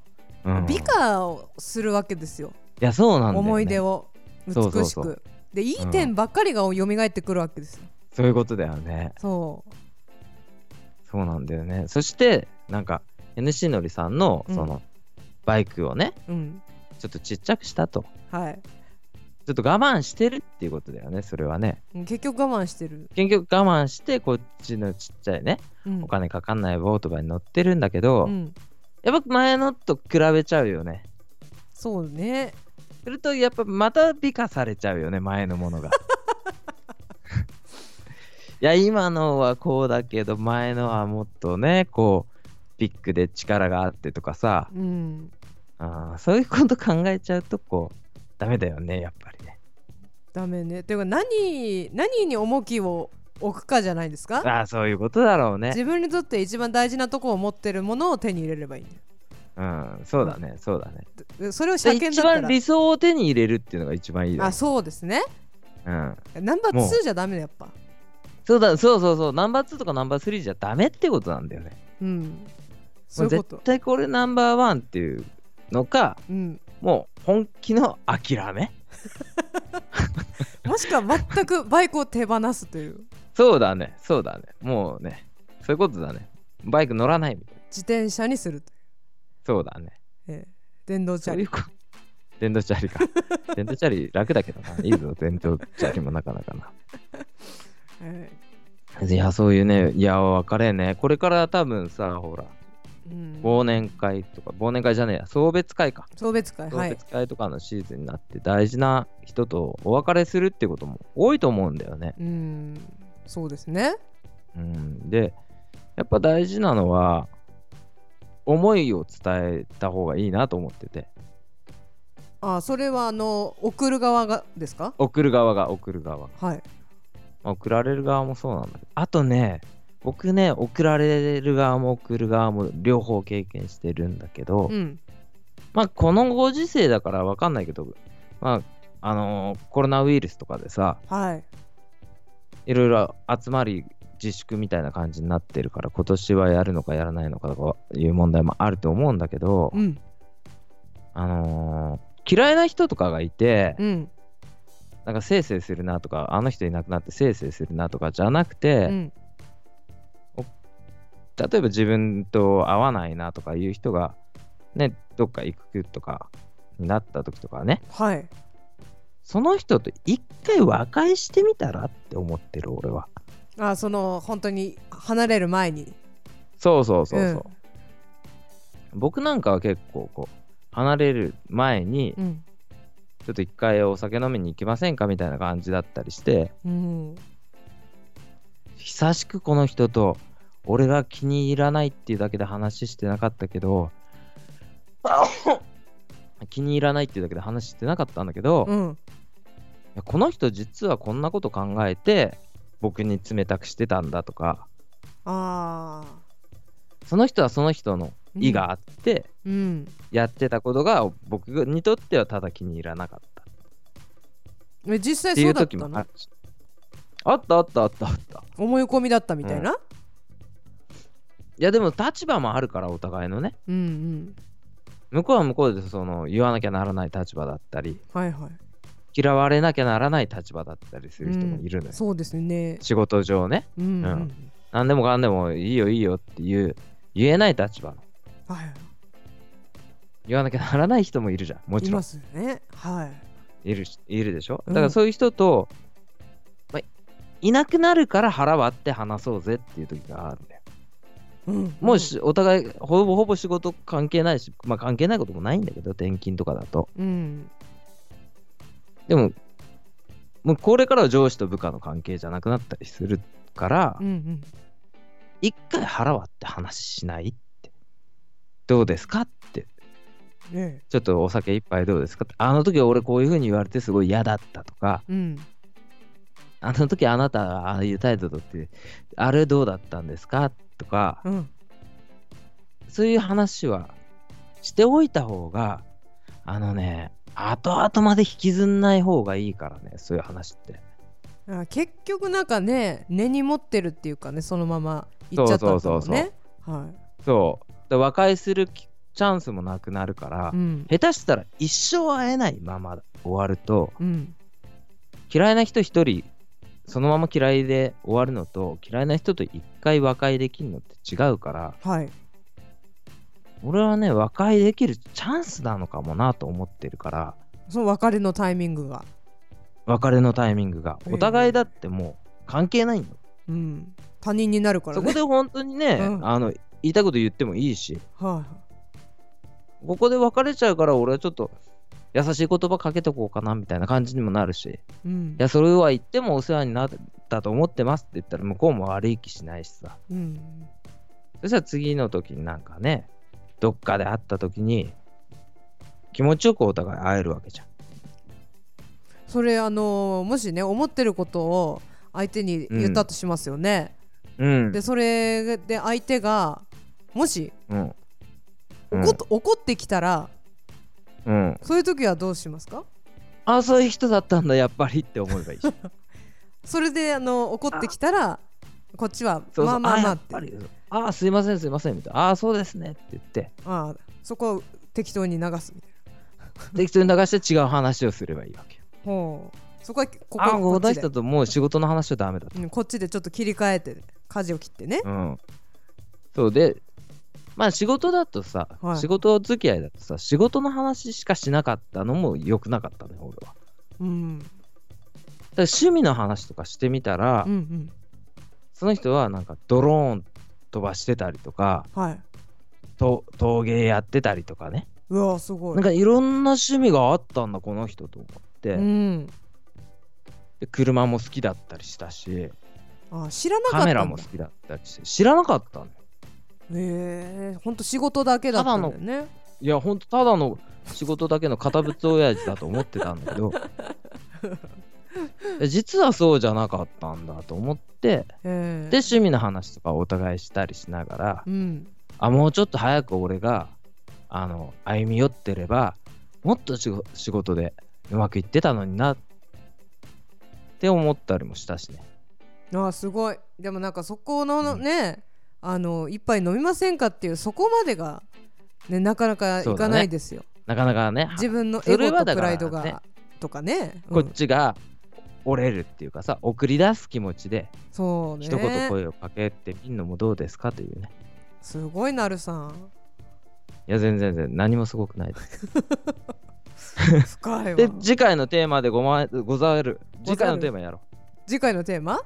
S1: うん、
S2: 美
S1: い
S2: 化をするわけですよ、
S1: やそうなんだよ、ね、
S2: 思い出を美しく
S1: そうそうそう
S2: でいい点ばっかりが蘇ってくるわけですよ、
S1: そういうことだよね
S2: そう
S1: そうなんだよねそしてなんか NC のりさんの
S2: うん
S1: その、バイクをね
S2: うん
S1: ちょっとちっちゃくしたと
S2: はい
S1: ちょっと我慢してるっていうことだよね、それはね。
S2: 結局我慢してる、
S1: 結局我慢して、こっちのちっちゃいね、
S2: うん
S1: お金かかんないボートバに乗ってるんだけど、
S2: うん、
S1: やっぱ前のと比べちゃうよね。
S2: そうね
S1: すると、やっぱまた美化されちゃうよね、前のも のが。いや、今のはこうだけど、前のはもっとね、こう、ビッグで力があってとかさ、
S2: うん
S1: あーそういうこと考えちゃうと、こう、ダメだよね、やっぱりね。
S2: ダメねていうか何何に重きを置くかじゃないですか
S1: ああ、そういうことだろうね。
S2: 自分にとって一番大事なとこを持ってるものを手に入れればいいんだよ
S1: うん、そうだね、そうだね。
S2: でそれを車
S1: で一
S2: 検だった
S1: 番
S2: ら
S1: 理想を手に入れるっていうのが一番いいだろ
S2: あそうですね
S1: う。うん。
S2: ナンバー
S1: もう
S2: 2じゃダメだやっぱ
S1: そうだ、そうそうそう、ナンバー2とかナンバー3じゃダメってことなんだよね。
S2: うんそ
S1: も
S2: う
S1: う
S2: いうこ
S1: 絶
S2: と
S1: 対これナンバーワンっていうのか、
S2: うん
S1: もう本気の諦め
S2: もしくは全くバイクを手放すという
S1: そうだね、そうだね。もうね、そういうことだね。バイク乗らないみたいな。
S2: 自転車にすると
S1: そうだね。
S2: いう、ええ電動チ
S1: そ
S2: ャ
S1: うい
S2: リ
S1: うこと 電動チャリ か。電動チャリ楽だけどな。いいぞ、電動チャリもなかなかな。
S2: え
S1: いや、そういうね、いや、分かれんね。これから多分さ、ほら、
S2: えうん
S1: 忘年会とか、忘年会じゃねえや、送別会か。
S2: 送別会
S1: 送
S2: はい
S1: 別会とかのシーズンになって、大事な人とお別れするってことも多いと思うんだよね。
S2: うんそうですね
S1: うん、で、やっぱ大事なのは、思いを伝えた方がいいなと思ってて、
S2: あそれはあの送る側がですか
S1: 送る側が送る側が、
S2: はい
S1: まあ送られる側もそうなんだけど、あとね、僕ね、送られる側も送る側も両方経験してるんだけど、
S2: うん
S1: まあ、このご時世だから分かんないけど、まあ、あのーコロナウイルスとかでさ、
S2: はい
S1: いろいろ集まり自粛みたいな感じになってるから、今年はやるのかやらないのかとかいう問題もあると思うんだけど、
S2: うん
S1: あのー嫌いな人とかがいて、
S2: うん
S1: なんかせいせいするなとか、あの人いなくなってせいせいするなとかじゃなくて、
S2: うん
S1: 例えば自分と合わないなとかいう人が、ね、どっか行くとかになった時とかね、
S2: はい
S1: その人と一回和解してみたらって思ってる俺は。
S2: あその本当に離れる前に
S1: そうそうそう
S2: う
S1: そう。僕なんかは結構こう離れる前に
S2: うん
S1: ちょっと一回お酒飲みに行きませんかみたいな感じだったりして
S2: うん
S1: 久しくこの人と俺が気に入らないっていうだけで話してなかったけど気に入らないっていうだけで話してなかったんだけど、
S2: う
S1: い
S2: ん
S1: やこの人実はこんなこと考えて僕に冷たくしてたんだとか
S2: ああ
S1: その人はその人の意があって、
S2: うん
S1: やってたことが僕にとってはただ気に入らなかったっ
S2: え実際
S1: てい
S2: そう
S1: う
S2: だっ
S1: 時
S2: た
S1: も
S2: の
S1: あるしあったあったあったあった
S2: 思い込みだったみたいな、
S1: いやでも立場もあるからお互いのね
S2: うん、うん
S1: 向こうは向こうでその言わなきゃならない立場だったり
S2: はいはい
S1: 嫌われなきゃならない立場だったりする人もいるのよ、
S2: そうですね
S1: 仕事上ね
S2: うん、うん
S1: う何でもかんでもいいよいいよっていう言えない立場の
S2: はい
S1: 言わなきゃならない人もいるじゃんもち
S2: い
S1: ろ
S2: ま
S1: ん
S2: すよねはい
S1: いるしいるでしょ
S2: うん
S1: だからそういう人と、まあいなくなるから腹割って話そうぜっていう時があるんだよ
S2: うん
S1: もうしお互いほぼほぼ仕事関係ないし、まあ、関係ないこともないんだけど転勤とかだと
S2: うん
S1: でももうこれからは上司と部下の関係じゃなくなったりするから、
S2: うんうん
S1: 一回腹割って話しないってどうですかって
S2: ね
S1: ちょっとお酒一杯どうですかってあの時俺こういう風に言われてすごい嫌だったとか
S2: えうん
S1: あの時あなたがああいう態度とってあれどうだったんですかとか
S2: うん
S1: そういう話はしておいた方が、あのね、後々まで引きずんない方がいいからね、そういう話って。
S2: あ結局なんかね根に持ってるっていうかねそのまま行っちゃったんだ
S1: そ
S2: も
S1: うそうそ
S2: ん
S1: う
S2: ねは
S1: そう。だ和解するきチャンスもなくなるから、
S2: いうん
S1: 下手したら一生会えないまま終わると、
S2: うん
S1: 嫌いな人一人、そのまま嫌いで終わるのと、嫌いな人と一回和解できるのって違うから、
S2: はい
S1: 俺はね、和解できるチャンスなのかもなと思ってるから、
S2: その別れのタイミングが
S1: 別れのタイミングが
S2: ええ
S1: お互いだってもう関係ないんだ、
S2: うん、他人になるから
S1: そこ
S2: ね。
S1: で本当にね、
S2: うん
S1: あの言いたいこと言ってもいいし
S2: は
S1: ここで別れちゃうから俺はちょっと優しい言葉かけとこうかなみたいな感じにもなるしい
S2: い、うん
S1: やそれは言ってもお世話になったと思ってますって言ったら向こうも悪い気しないしさ
S2: うん、
S1: そしたら次の時になんかねどっかで会った時に気持ちよくお互い会えるわけじゃん
S2: それあのーもしね思ってることを相手に言ったとしますよね。
S1: うん
S2: でそれで相手がもし
S1: うんうん
S2: 怒っ,、怒ってきたら
S1: うん、
S2: そういう時はどうしますか
S1: あそういう人だったんだやっぱりって思えばいいし
S2: それであの怒ってきたらこっちは
S1: そうそう
S2: まあまあまあ
S1: や
S2: っ
S1: ってぱりあすいませんすいませんみたいなあそうですねって言って
S2: ああそこは適当に流すみたいな。
S1: 適当に流して違う話をすればいいわけよ
S2: ほうそこはここ
S1: あこ
S2: こ
S1: の
S2: っちで
S1: 人、ともう仕事の話はダメだと
S2: うん、こっちでちょっと切り替えて舵を切ってね。
S1: うんそうでまあ仕事だとさ、
S2: はい
S1: 仕事付き合いだとさ仕事の話しかしなかったのも良くなかったね俺は
S2: うん、
S1: だから趣味の話とかしてみたら、
S2: うん、うん
S1: その人はなんかドローン飛ばしてたりとか
S2: はい。
S1: と陶芸やってたりとかね
S2: うわすごい。
S1: なんかいろんな趣味があったんだこの人と思って、
S2: うん、
S1: で車も好きだったりしたし
S2: あ知らなかった
S1: カ
S2: んだ
S1: メラも好きだったりして知らなかったのよ
S2: へえほんと仕事だけだったんだよね
S1: いやほんとただの仕事だけの堅物親父だと思ってたんだけ どで実はそうじゃなかったんだと思って
S2: へえ
S1: で趣味の話とかお互いしたりしながら
S2: うん
S1: あもうちょっと早く俺があの歩み寄ってればもっと仕事仕事でうまくいってたのになって思ったりもしたしね
S2: あすごいでもなんかそこの
S1: うん
S2: ね、あの一杯飲みませんかっていうそこまでが、ね、なかなかいかないですよ、
S1: なかなかね
S2: 自分の
S1: そ
S2: エゴ
S1: れは
S2: と
S1: だ
S2: プ
S1: か
S2: ラ
S1: ら
S2: イドが、
S1: ね
S2: とかね、う
S1: こ
S2: ん
S1: っちが折れるっていうかさ送り出す気持ちで
S2: そうね
S1: 一言声をかけてみるのもどうですかというね
S2: すごいなるさ ん
S1: いや全然全然何もすごくないです
S2: 深いわ
S1: で次回のテーマでご,、ま、ござる次回のテーマやろう
S2: 次回のテーマ、はい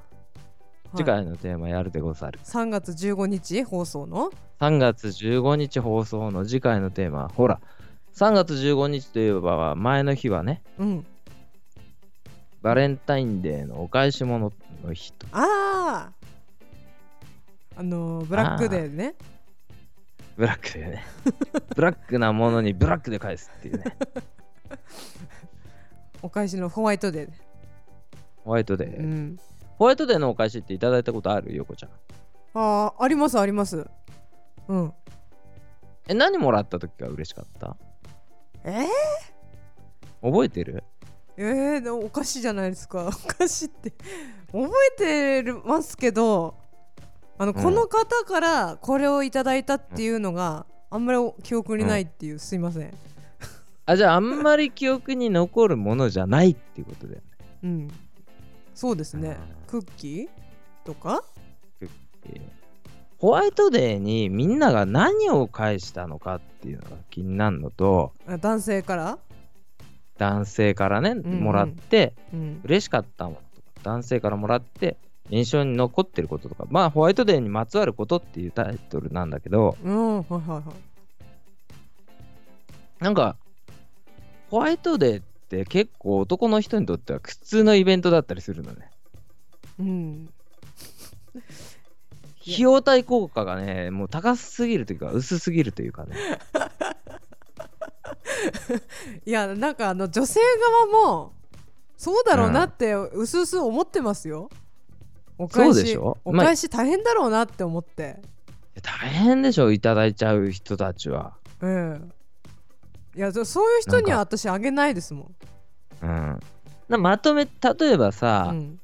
S1: 次回のテーマやるでござる
S2: 3月15日放送の
S1: 3月15日放送の次回のテーマはほら3月15日といえば前の日はね
S2: うん
S1: バレンタインデーのお返し物の日と
S2: あああのブラックデーね
S1: ブラックで ねブラックなものにブラックで返すっていうね
S2: お返しのホワイトデー、
S1: ホワイトデー、
S2: うん
S1: ホワイトデーのお返しっていただいたことあるよこちゃん
S2: ああありますありますうん
S1: え何もらった時が嬉しかった
S2: えー、
S1: 覚えてる
S2: えー、でもおかしいじゃないですか おかしいって覚えてますけどあの、
S1: うん
S2: この方からこれをいただいたっていうのがあんまり記憶にないっていう、すいません
S1: あじゃああんまり記憶に残るものじゃないっていうことだよね
S2: うんそうですね
S1: うん
S2: クッキーとか
S1: えーホワイトデーにみんなが何を返したのかっていうのが気になるのと
S2: あ男性から
S1: 男性からね
S2: うん
S1: もらって
S2: うん
S1: 嬉しかったものとか男性からもらって印象に残ってることとかまあホワイトデーにまつわることっていうタイトルなんだけど
S2: うんはいはいはい
S1: なんかホワイトデーって結構男の人にとっては苦痛のイベントだったりするのね
S2: うんいや
S1: 費用対効果がねもう高すぎるというか薄すぎるというかね
S2: いやなんかあの女性側もそうだろうなってうすうす思ってますよ、お返し
S1: そうでしょ
S2: お返し大変だろうなって思って、
S1: 大変でしょいただいちゃう人たちは
S2: うんいやそそういう人には私あげないですも
S1: う
S2: ん
S1: ん、なまとめ例えばさ、
S2: うん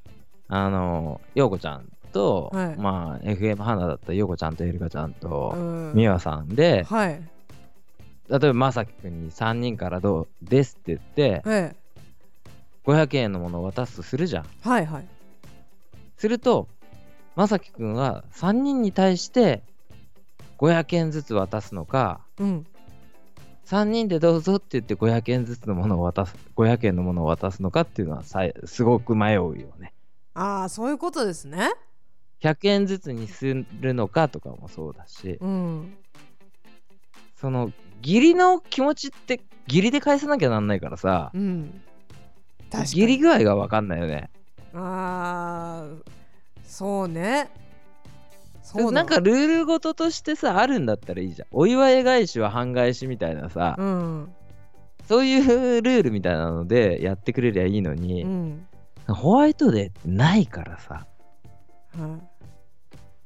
S1: あの陽子ちゃんと、
S2: はい
S1: まあ FM 花だったら陽子ちゃんとエリカちゃん
S2: う
S1: と
S2: ん
S1: 美和さんで、
S2: はい
S1: 例えばまさきくんに3人からどうですって言って
S2: ええ
S1: 500円のものを渡すとするじゃん
S2: はいはい
S1: するとまさきくんは3人に対して500円ずつ渡すのか
S2: うん
S1: 3人でどうぞって言って500円ずつのものを渡す500円のものを渡すのかっていうのはさすごく迷うよね
S2: ああそういうことですね
S1: 100円ずつにするのかとかもそうだし
S2: うん
S1: その義理の気持ちって義理で返さなきゃなんないからさ
S2: うん確か
S1: 義理
S2: に
S1: 具合が分かんないよね
S2: ああそうねそうだ
S1: なんかルールごととしてさあるんだったらいいじゃんお祝い返しは半返しみたいなさ、
S2: うん
S1: そういうルールみたいなのでやってくれりゃいいのに、
S2: うん
S1: ホワイトデーってないからさ
S2: は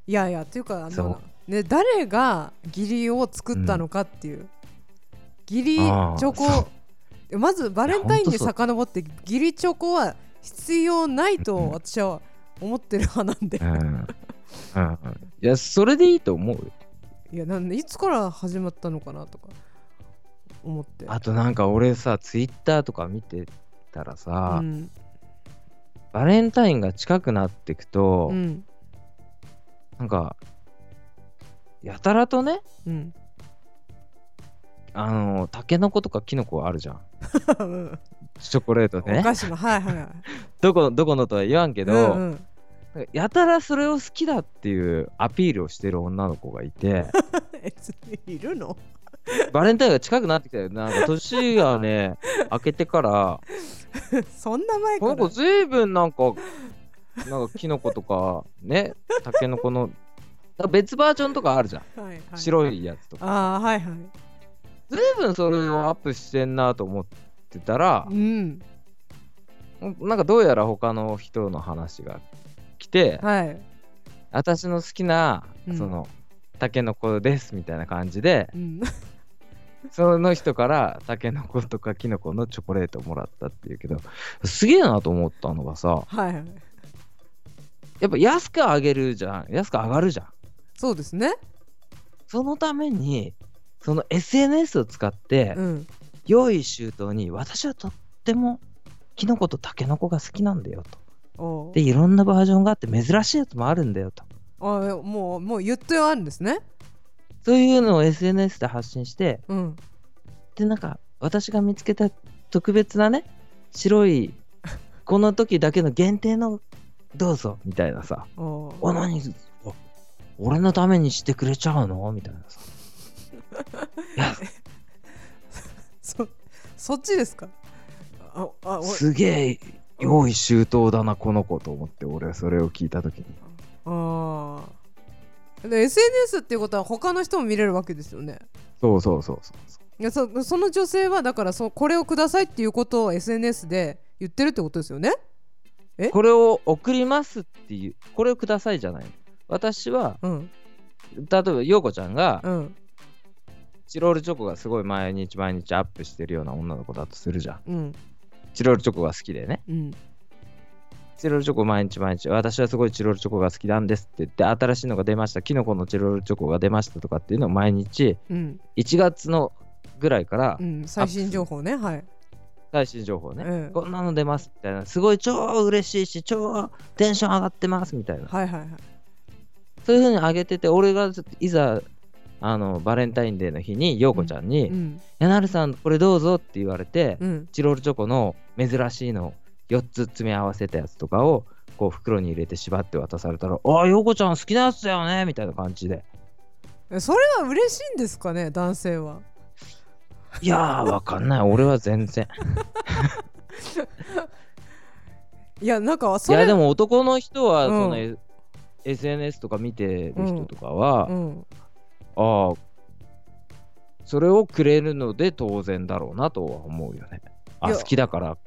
S2: いいやいやっていうかあ
S1: そ
S2: のね誰が義理を作ったのかっていう、義理チ
S1: ああ
S2: ョ
S1: そ
S2: コまずバレンタインに遡って義理チョコは必要ないと
S1: うん
S2: 私は思ってる派なんで
S1: うん、うん、いやそれでいいと思うよ
S2: いやなんでいつから始まったのかなとか思って
S1: あとなんか俺さツイッターとか見てたらさ、
S2: うん
S1: バレンタインが近くなってくと、
S2: うん
S1: なんかやたらとね
S2: うん
S1: あのタケノコとかキノコあるじゃんチョコレート
S2: お
S1: ね
S2: 菓子のはいはいはい
S1: どこどこのとは言わんけど、
S2: うん うん
S1: なんかやたらそれを好きだっていうアピールをしてる女の子がいて
S2: えそれいるの
S1: バレンタインが近くなってきたよなんか年が ね明けてから
S2: そんな前か
S1: こ
S2: ら
S1: の子ずいぶんなんかなんかキノコとかねタケノコのなんか別バージョンとかあるじゃん、
S2: はいはい
S1: 白いやつとか
S2: ああはいはい
S1: ずいぶんそれをアップしてんなと思ってたら
S2: う、ん
S1: なんかどうやら他の人の話が来て、
S2: はい
S1: 私の好きな、
S2: うん
S1: そのタケノコですみたいな感じで
S2: うん
S1: その人からタケノコとかキノコのチョコレートをもらったっていうけどすげえなと思ったのがさ
S2: はいはい
S1: やっぱ安く上げるじゃん安く上がるじゃん
S2: そうですね
S1: そのためにその SNS を使って、
S2: うん
S1: 用意周到に私はとってもキノコとタケノコが好きなんだよと
S2: おう
S1: でいろんなバージョンがあって珍しいやつもあるんだよと
S2: あえもうもう言ってはあるんですね
S1: そういうのを SNS で発信して
S2: うん
S1: でなんか私が見つけた特別なね白いこの時だけの限定のどうぞみたいなさ
S2: おう
S1: 「あ何あ俺のためにしてくれちゃうの?」みたいなさ
S2: そそっちですかああお
S1: すげえ用意周到だなこの子と思って俺はそれを聞いた時に
S2: ああで SNS っていうことは他の人も見れるわけですよね
S1: そうそうそうそうそう
S2: いやそその女性はだからそこれをくださいっていうことを SNS で言ってるってことですよねえ
S1: これを送りますっていうこれをくださいじゃないの私は
S2: うん
S1: 例えば陽子ちゃんが
S2: うん
S1: チロールチョコがすごい毎日毎日アップしてるような女の子だとするじゃん
S2: うん
S1: チロールチョコが好きでね
S2: うん
S1: チロルチョコ毎日毎日、私はすごいチロルチョコが好きなんですって言って、新しいのが出ました、キノコのチロルチョコが出ましたとかっていうのを毎日、
S2: うん
S1: 1月のぐらいから
S2: うん最新情報ねはい
S1: 最新情報ね、
S2: うん
S1: こんなの出ますみたいな、すごい超嬉しいし、超テンション上がってますみたいな、
S2: はいはいはい
S1: そういう風に上げてて、俺がいざ、あのバレンタインデーの日に、陽子ちゃんに、
S2: うん
S1: やなるさん、これどうぞって言われて、
S2: うん
S1: チロルチョコの珍しいの4つ詰め合わせたやつとかをこう袋に入れて縛って渡されたら「ああ陽子ちゃん好きなやつだよね」みたいな感じで
S2: えそれは嬉しいんですかね男性は
S1: 「いやーわかんない俺は全然」
S2: いやなんか
S1: い
S2: それ
S1: やでも男の人は
S2: うん
S1: その、え SNS とか見てる人とかは、
S2: うん、
S1: ああそれをくれるので当然だろうなとは思うよね。
S2: い
S1: あ
S2: や
S1: 好きだから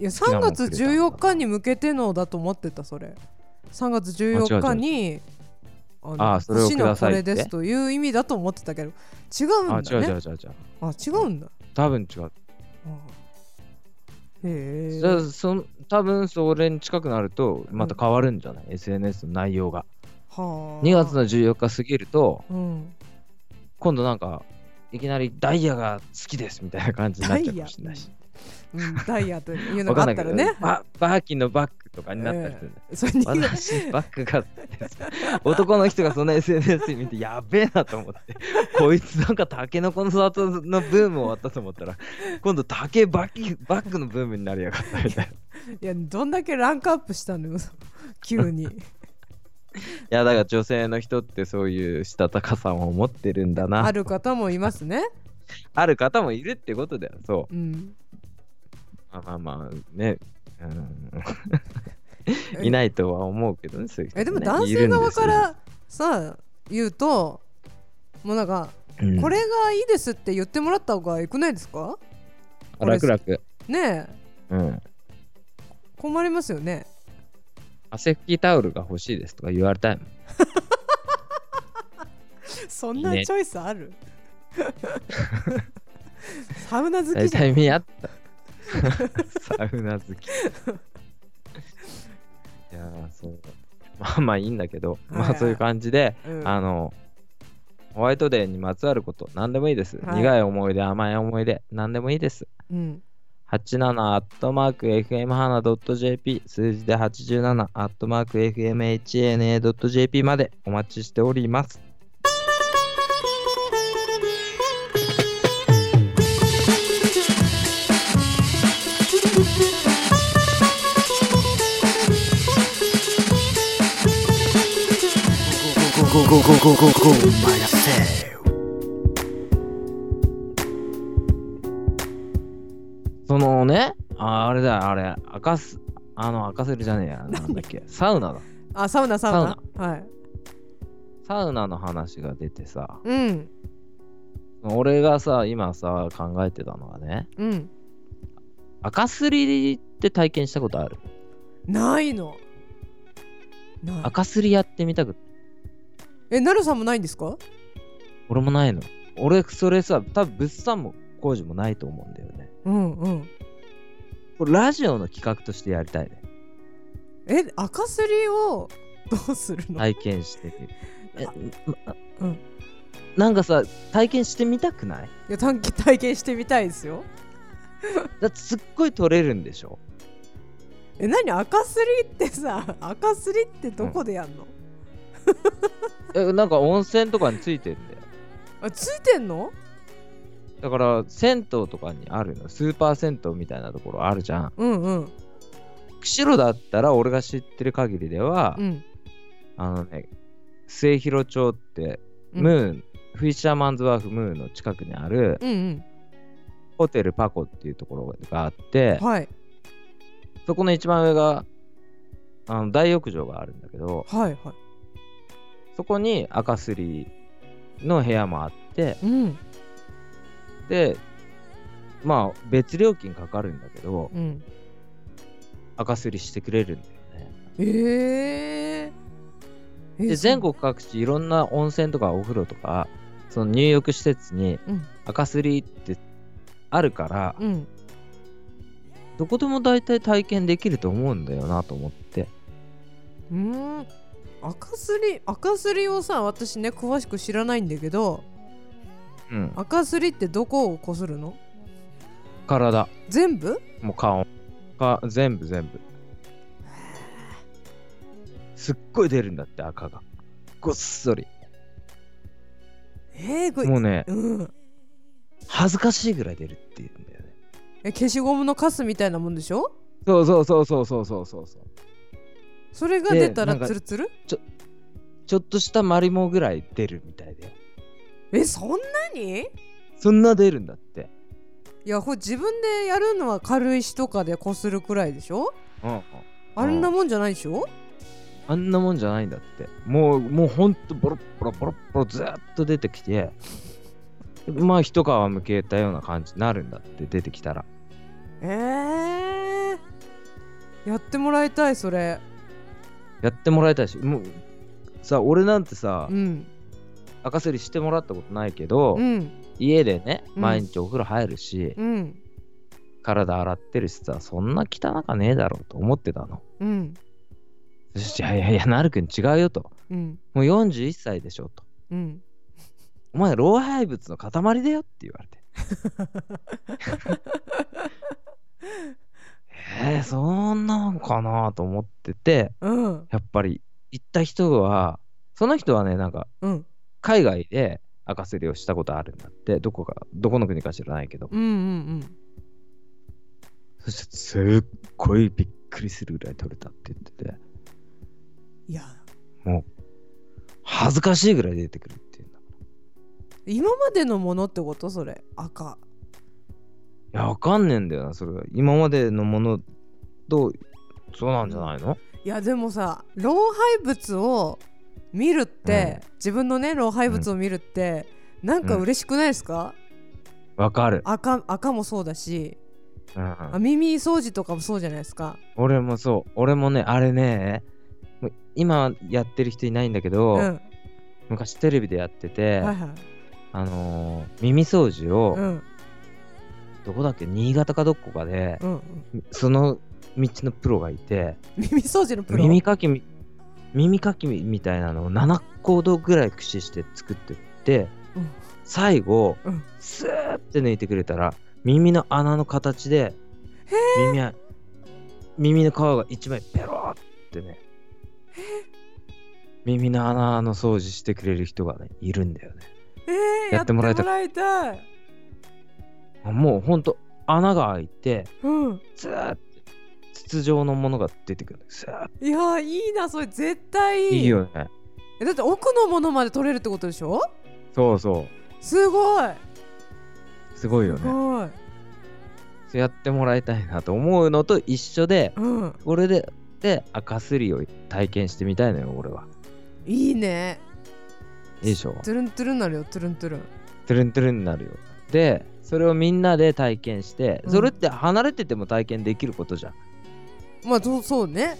S2: いや
S1: 好きな
S2: 3
S1: もんく
S2: 月
S1: れたん
S2: 14
S1: だ
S2: 日に向けてのだと思ってたそれ3月14日にあの
S1: あそれをくださいって
S2: 死のこれですという意味だと思ってたけど違うん
S1: あ
S2: だ
S1: 違う違
S2: ね
S1: う違う違う
S2: あ違うんだ
S1: 多分違う、
S2: うんへ
S1: じゃあ
S2: え
S1: そん多分それに近くなるとまた変わるんじゃない、SNS の内容が
S2: はあ
S1: 2月の14日過ぎると
S2: うん
S1: 今度なんかいきなりダイヤが好きですみたいな感じになっちゃうかもしれないし
S2: うん、ダイヤというの
S1: わか
S2: が
S1: ん
S2: あ
S1: な
S2: っ
S1: いけ
S2: たら
S1: ど
S2: ね。
S1: ババーキンのバッグとかになったりするんだよ。
S2: それに
S1: 私、バッグが男の人がその SNS 見てやべえなと思って、こいつなんかタケノコの里のブーム終わったと思ったら、今度竹バッグバッグのブームになりやがった みたいな。い
S2: いやどんだけランクアップしたの よ急に
S1: や、だから女性の人ってそういうしたたかさを持ってるんだな。
S2: あ
S1: あ
S2: る方もいますね。
S1: る方もいるってことだよ。そう。
S2: うん、
S1: まあまあまあね、うん、いないとは思うけどね、そういう人、ね。
S2: えでも
S1: い
S2: 男性
S1: るんですよ
S2: 側か、らさ言うともうなんか、
S1: うん
S2: これがいいですって言ってもらった方がよくないですかこれ
S1: 楽々、
S2: ねえ
S1: うん、
S2: 困りますよね。
S1: 汗拭きタオルが欲しいですとか言われたいもん
S2: そん
S1: ん
S2: な
S1: な
S2: チ
S1: チ
S2: ョイスあるサウナ好き
S1: 大
S2: じゃん
S1: 体見合 った。サウナ好き。いやーそう。まあまあいいんだけど、
S2: はい
S1: ま
S2: は
S1: あ
S2: い
S1: そういう感じで、
S2: うん
S1: あの、ホワイトデーにまつわること、何でもいいです。
S2: はい
S1: 苦い思い出、甘い思い出、何でもいいです。
S2: うん
S1: 87アットマーク FMHANA.jp 数字で87アットマーク FMHANA.jp までお待ちしております。
S3: go go go go go go myself.
S1: そのね、ああれだよ、あれ、明かす、あの、明かせるじゃねえや、なんだっ け、サウナだ。
S2: あサウナサウナはい
S1: サウナの話が出てさ、
S2: うん
S1: 俺がさ、今さ、考えてたのはね、
S2: うん
S1: 赤すりって体験したことある
S2: ないのない
S1: 赤すりやってみたくて、
S2: えなるさんもないんですか
S1: 俺もないの。俺、それさ、多分物産も工事もないと思うんだよね。
S2: うんうん
S1: これ、ラジオの企画としてやりたいね。
S2: え赤すりをどうするの、
S1: 体験してみる。えま
S2: うん
S1: なんかさ、体験してみたくない
S2: いや短期体験してみたいですよ
S1: だってすっごい取れるんでしょ
S2: え何赤すりってさ 赤すりってどこでやんの、
S1: えなんか温泉とかについてんだよ。
S2: あついてんの
S1: だから、銭湯とかにあるの。スーパー銭湯みたいなところあるじゃん。
S2: うんうん
S1: 釧路だったら俺が知ってる限りでは、
S2: うん
S1: あのね末広町って
S2: うん
S1: ムーン、フィッシャーマンズワーフムーンの近くにある
S2: うん
S1: ホテルパコっていうところがあって
S2: うんはい
S1: そこの一番上があの大浴場があるんだけど
S2: はいは
S1: そこに赤すりの部屋もあって
S2: いうん
S1: でまあ別料金かかるんだけど
S2: うん
S1: 赤すりしてくれるんだよね
S2: えー、え
S1: で
S2: そう
S1: 全国各地いろんな温泉とかお風呂とかその入浴施設に
S2: うん
S1: 赤すりってあるから、
S2: うん
S1: どこでも大体体験できると思うんだよなと思って
S2: うーん赤すり赤すりをさ私ね詳しく知らないんだけど
S1: うん
S2: 赤すりってどこをこするの
S1: 体
S2: 全部
S1: もう顔か全部全部すっごい出るんだって赤がごっそり
S2: えー、これ
S1: もうね
S2: うん
S1: 恥ずかしいぐらい出るっていうんだよね
S2: え消しゴムのカスみたいなもんでしょ
S1: そうそうそうそうそうそうそうそう
S2: それが出たら
S1: でなんか
S2: ツルツル
S1: ちょっとしたマリモぐらい出るみたいだよ
S2: えそんなに
S1: そんな出るんだって
S2: いやこれ自分でやるのは軽石とかでこするくらいでしょ
S1: うんうん
S2: あんなもんじゃないでしょ
S1: あんなもんじゃないんだって。もう、もうほんとボロッボロボロッボロずーっと出てきて、まあ一皮むけたような感じになるんだって出てきたら。
S2: えー、やってもらいたいそれ
S1: やってもらいたいし、もうさ、俺なんてさ
S2: う、ん
S1: 赤すりしてもらったことないけど、
S2: うん
S1: 家でね、
S2: うん
S1: 毎日お風呂入るし、
S2: うん
S1: 体洗ってるしさ、そんな汚かねえだろうと思ってたの。
S2: うん
S1: そしていやいやいや、なるくん違うよと。
S2: うん
S1: もう41歳でしょと。
S2: うん
S1: お前、老廃物の塊だよって言われて。えー、そんなんかなと思ってて、
S2: うん
S1: やっぱり行った人は、その人はね、なんか
S2: うん
S1: 海外で赤セリをしたことあるんだって、どこか、どこの国か知らないけど、
S2: うんうん
S1: そしてすっごいびっくりするぐらい取れたって言ってて、
S2: いや
S1: 恥ずかしいぐらい出てくるっていうんだ。
S2: 今までのものってことそれ赤
S1: いや、わかんねえんだよな、それは。今までのものと、そうなんじゃないの
S2: いやでもさ老廃物を見るって、自分のね老廃物を見るって、なんか嬉しくないですか、
S1: わかる、
S2: 赤赤もそうだし
S1: うん
S2: あ耳掃除とかもそうじゃないですか
S1: 俺もそう。俺もね、あれね、もう今やってる人いないんだけど、
S2: うん
S1: 昔テレビでやってて、
S2: はいはい
S1: あのー耳掃除を、
S2: うん
S1: どこだっけ、新潟かどこかで、
S2: うんうん
S1: その道のプロがいて、
S2: 耳掃除のプロ
S1: 耳かきみ、耳かきみたいなのを7行動ぐらい駆使して作ってって、
S2: うん
S1: 最後、
S2: うん
S1: スーって抜いてくれたら、耳の穴の形で、耳は耳の皮が一枚ペローってね、耳の穴の掃除してくれる人がね、いるんだよね。
S2: えー、や
S1: や
S2: っ
S1: ってて
S2: も
S1: も
S2: ら
S1: ら
S2: い
S1: い
S2: た
S1: た
S2: い
S1: いもうほんと、穴が開いて、
S2: うん
S1: スーって筒状のものが出てくるんです。スーっ
S2: いやーいいなそれ絶対
S1: て
S2: いい
S1: いいよね。
S2: えだって奥のものまで取れるってことでしょ
S1: そうそう。
S2: すごい
S1: すごいよ
S2: す
S1: ね。
S2: ごい、
S1: そうやってもらいたいなと思うのと一緒で、
S2: うん
S1: これで、で、赤すりを体験してみたいのよ、俺は。
S2: いいね
S1: いいでしょ
S2: トゥルントゥルンなるよトゥルントゥルン
S1: トゥルントゥルンになるよ。で、それをみんなで体験して、
S2: うん
S1: それって離れてても体験できることじゃん。
S2: まあそうそうね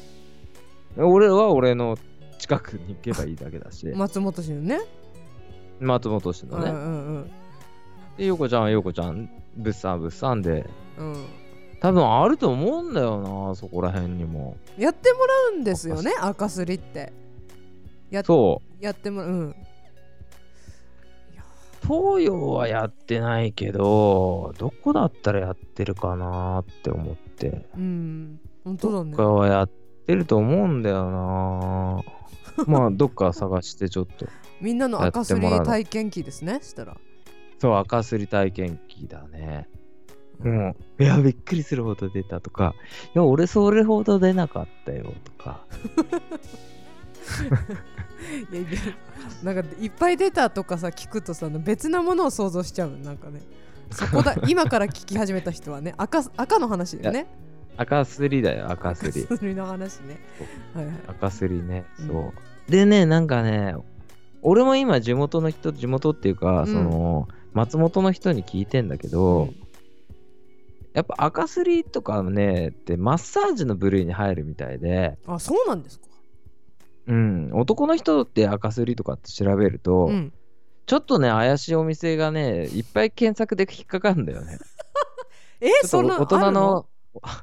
S1: 俺は俺の近くに行けばいいだけだし、
S2: 松本氏のね
S1: 松本市の
S2: う
S1: ね。
S2: んうん
S1: で、よこちゃんはよこちゃん、物産物産で、
S2: うんうん
S1: 多分あると思うんだよな、そこら辺にも。
S2: やってもらうんですよね赤すりってや
S1: そう。
S2: やってもらううん
S1: 東洋はやってないけど、どこだったらやってるかなって思って。
S2: うん本当だ
S1: どっ
S2: ね
S1: かはやってると思うんだよな。まあ、どっか探してちょっと。
S2: みんなの赤すり
S1: やってもらう
S2: 体験記ですねしたら
S1: そう、赤すり体験記だね。もう、いや、びっくりするほど出たとか、いや、俺それほど出なかったよとか。
S2: いやいやなんかいっぱい出たとかさ聞くとさ別なものを想像しちゃうなんかねそ こだ今から聞き始めた人はね赤赤の話だよね
S1: 赤すりだよ、赤すり。
S2: 薬の話ねはいはい
S1: 赤すりね、
S2: うん
S1: そう、でねなんかね俺も今地元の人地元っていうか、
S2: ん
S1: その松本の人に聞いてんだけど、やっぱ赤すりとかねってマッサージの部類に入るみたいで、
S2: あそうなんですか
S1: うん、男の人って赤すりとかって調べると、
S2: うん
S1: ちょっとね怪しいお店がねいっぱい検索で引っかかるんだ よね
S2: え
S1: ちょっと
S2: そんな
S1: 大
S2: あ
S1: 人
S2: る
S1: の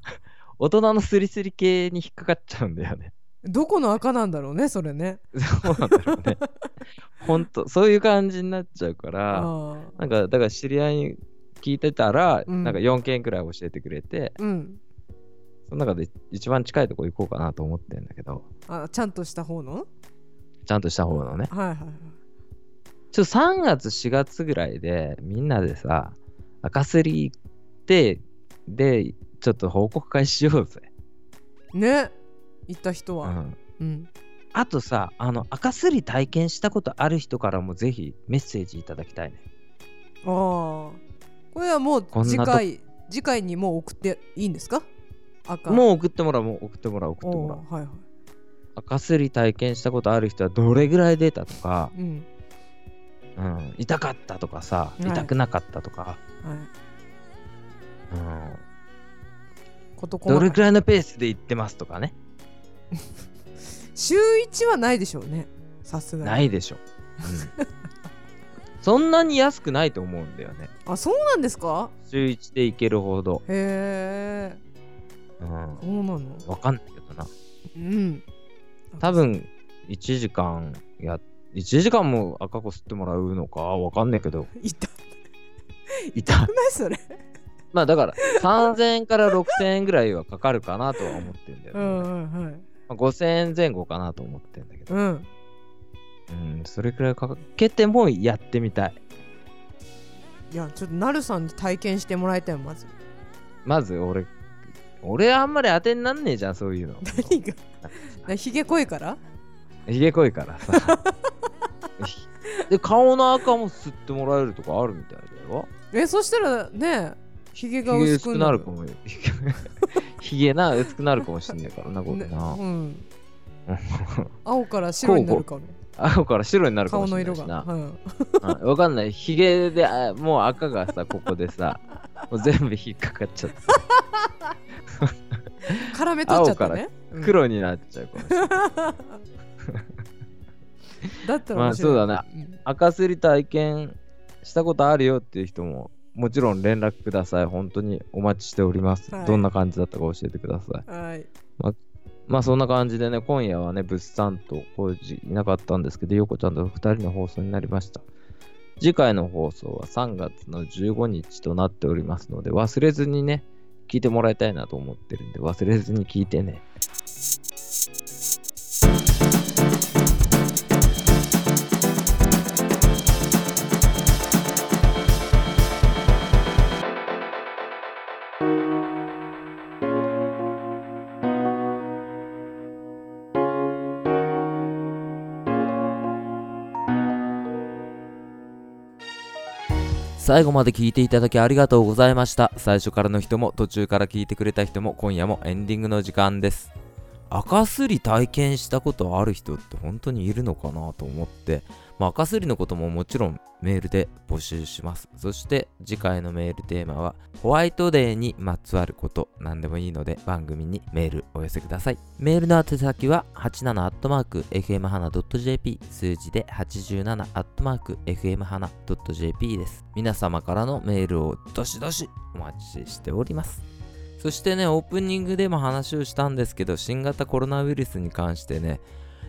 S1: 大人のスリスリ系に引っかかっちゃうんだよね
S2: どこの赤なんだろうねそれね
S1: そうなんだろ うね。ほんと、そういう感じになっちゃうから、
S2: ああ
S1: なんか、だから知り合いに聞いてたら、
S2: うん
S1: なんか4件くらい教えてくれて、
S2: うん
S1: その中で一番近いとこ行こうかなと思ってんだけど、
S2: あちゃんとした方の
S1: ちゃんとした方のね。
S2: はいはいはい
S1: ちょっと3月、4月ぐらいで、みんなでさ、赤すり行って、で、ちょっと報告会しようぜ。
S2: ね行った人
S1: う
S2: は
S1: ん。
S2: うん
S1: あとさ、あの、赤すり体験したことある人からもぜひメッセージいただきたいね。
S2: ああこれはもう
S1: こん
S2: 次
S1: なと
S2: 回次回にもう送っていいんですか赤
S1: もう送ってもらう、もう送ってもらう、送ってもらう
S2: お。ーはいは
S1: 赤すり体験したことある人はどれぐらい出たとか、
S2: いうん
S1: うん、痛かったとかさ
S2: はい
S1: 痛くなかったとか、
S2: はい
S1: うん、
S2: こと細
S1: ど
S2: か
S1: れ
S2: い
S1: ぐらいのペースで行ってますとかね
S2: 週1はないでしょうねさすがに
S1: ないでしょ、うんそんなに安くないと思うんだよね
S2: あそうなんですか
S1: 週1で行けるほど、
S2: へ
S1: う
S2: え
S1: ん、
S2: そうなの
S1: わかんないけどな
S2: うん
S1: 多分1時間や1時間も赤子吸ってもらうのかわかんないけど
S2: いた
S1: いた
S2: ないそれ
S4: まあだから3000円から6000円ぐらいはかかるかなとは思ってるんだよ
S2: う
S4: ね、
S2: んうんはい
S4: まあ5000円前後かなと思ってるんだけど、
S2: うん
S4: うん、それくらいかけてもやってみたい。
S2: いやちょっとなるさんに体験してもらいたいよまず
S4: まず俺、俺あんまり当てになんねえじゃん、そういうの。
S2: 何が なひげ濃いから
S4: ひげ濃いからさ。で、顔の赤も吸ってもらえるとかあるみたいだよ。
S2: えそしたらねひげが
S4: ひげ
S2: 薄
S4: 薄
S2: く
S4: くな
S2: なる
S4: るかも。 ひげな、薄くなるかもしんないからな、これな
S2: ね。うん、 青から白になるかも
S4: 青から白になるかも
S2: 顔
S4: し
S2: の
S4: れな
S2: 色
S4: いし
S2: が、
S4: な。
S2: うん、
S4: うんわかんない。ひげで、あもう赤がさ、ここでさ、もう全部引っかかっちゃって、
S2: 絡め取っちゃったねうん
S4: 黒になっちゃうかもしれない。
S2: だったら面白い、
S4: まあそうだ赤すり体験したことあるよっていう人ももちろん連絡ください本当にお待ちしております、
S2: はい
S4: どんな感じだったか教えてください
S2: うんはい
S4: まあそんな感じでね今夜はね物産と工事いなかったんですけど横ちゃんと2人の放送になりました次回の放送は3月の15日となっておりますので忘れずにね聞いてもらいたいなと思ってるんで忘れずに聞いてね
S1: 最後まで聞いていただきありがとうございました最初からの人も途中から聞いてくれた人も今夜もエンディングの時間です赤すり体験したことある人って本当にいるのかなと思って、まあ、赤すりのことももちろんメールで募集しますそして次回のメールテーマはホワイトデーにまつわること何でもいいので番組にメールお寄せくださいメールの宛先は 87-fmhana.jp 数字で 87-fmhana.jp です皆様からのメールをどしどしお待ちしておりますそしてね、オープニングでも話をしたんですけど、新型コロナウイルスに関してね、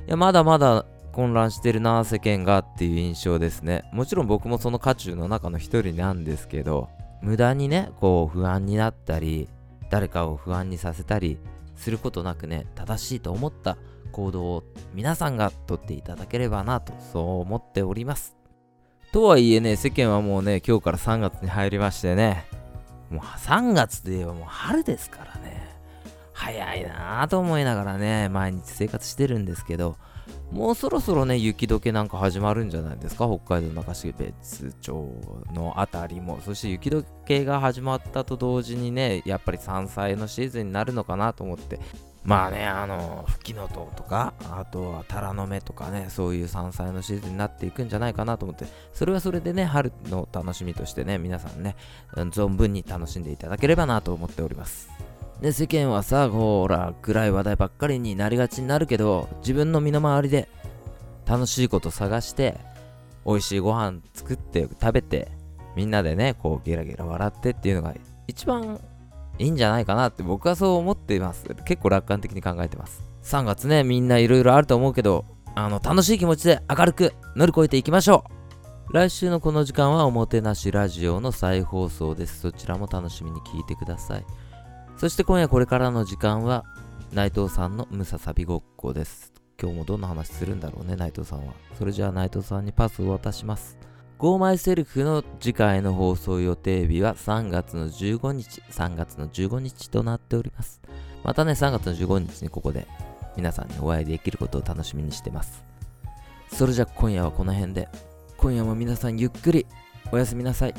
S1: いや、まだまだ混乱してるな、世間がっていう印象ですね。もちろん僕もその渦中の中の一人なんですけど、無駄にね、こう不安になったり、誰かを不安にさせたりすることなくね、正しいと思った行動を皆さんがとっていただければなと、そう思っております。とはいえね、世間はもうね、今日から3月に入りましてね、もう3月で言えばもう春ですからね。早いなぁと思いながらね、毎日生活してるんですけど、もうそろそろね、雪解けなんか始まるんじゃないですか、北海道中標津町のあたりも。そして雪解けが始まったと同時にね、やっぱり山菜のシーズンになるのかなと思って。まあね、あの、フキノトウとか、あとはタラの芽とかね、そういう山菜のシーズンになっていくんじゃないかなと思って、それはそれでね、春の楽しみとしてね、皆さんね、うん存分に楽しんでいただければなと思っております。で、世間はさ、ほら、暗い話題ばっかりになりがちになるけど、自分の身の回りで楽しいこと探して、美味しいご飯作って食べて、みんなでね、こうゲラゲラ笑ってっていうのが一番いいんじゃないかなって僕はそう思っています。結構楽観的に考えてます。3月ね、みんないろいろあると思うけど、あの、楽しい気持ちで明るく乗り越えていきましょう来週のこの時間はおもてなしラジオの再放送です。そちらも楽しみに聞いてください。そして今夜これからの時間は内藤さんのムササビごっこです。今日もどんな話するんだろうね、内藤さんは。それじゃあ内藤さんにパスを渡します。ゴーマイセルフの次回の放送予定日は3月の15日、3月の15日となっております。またね、3月の15日にここで皆さんにお会いできることを楽しみにしてます。それじゃあ今夜はこの辺で。今夜も皆さんゆっくりおやすみなさい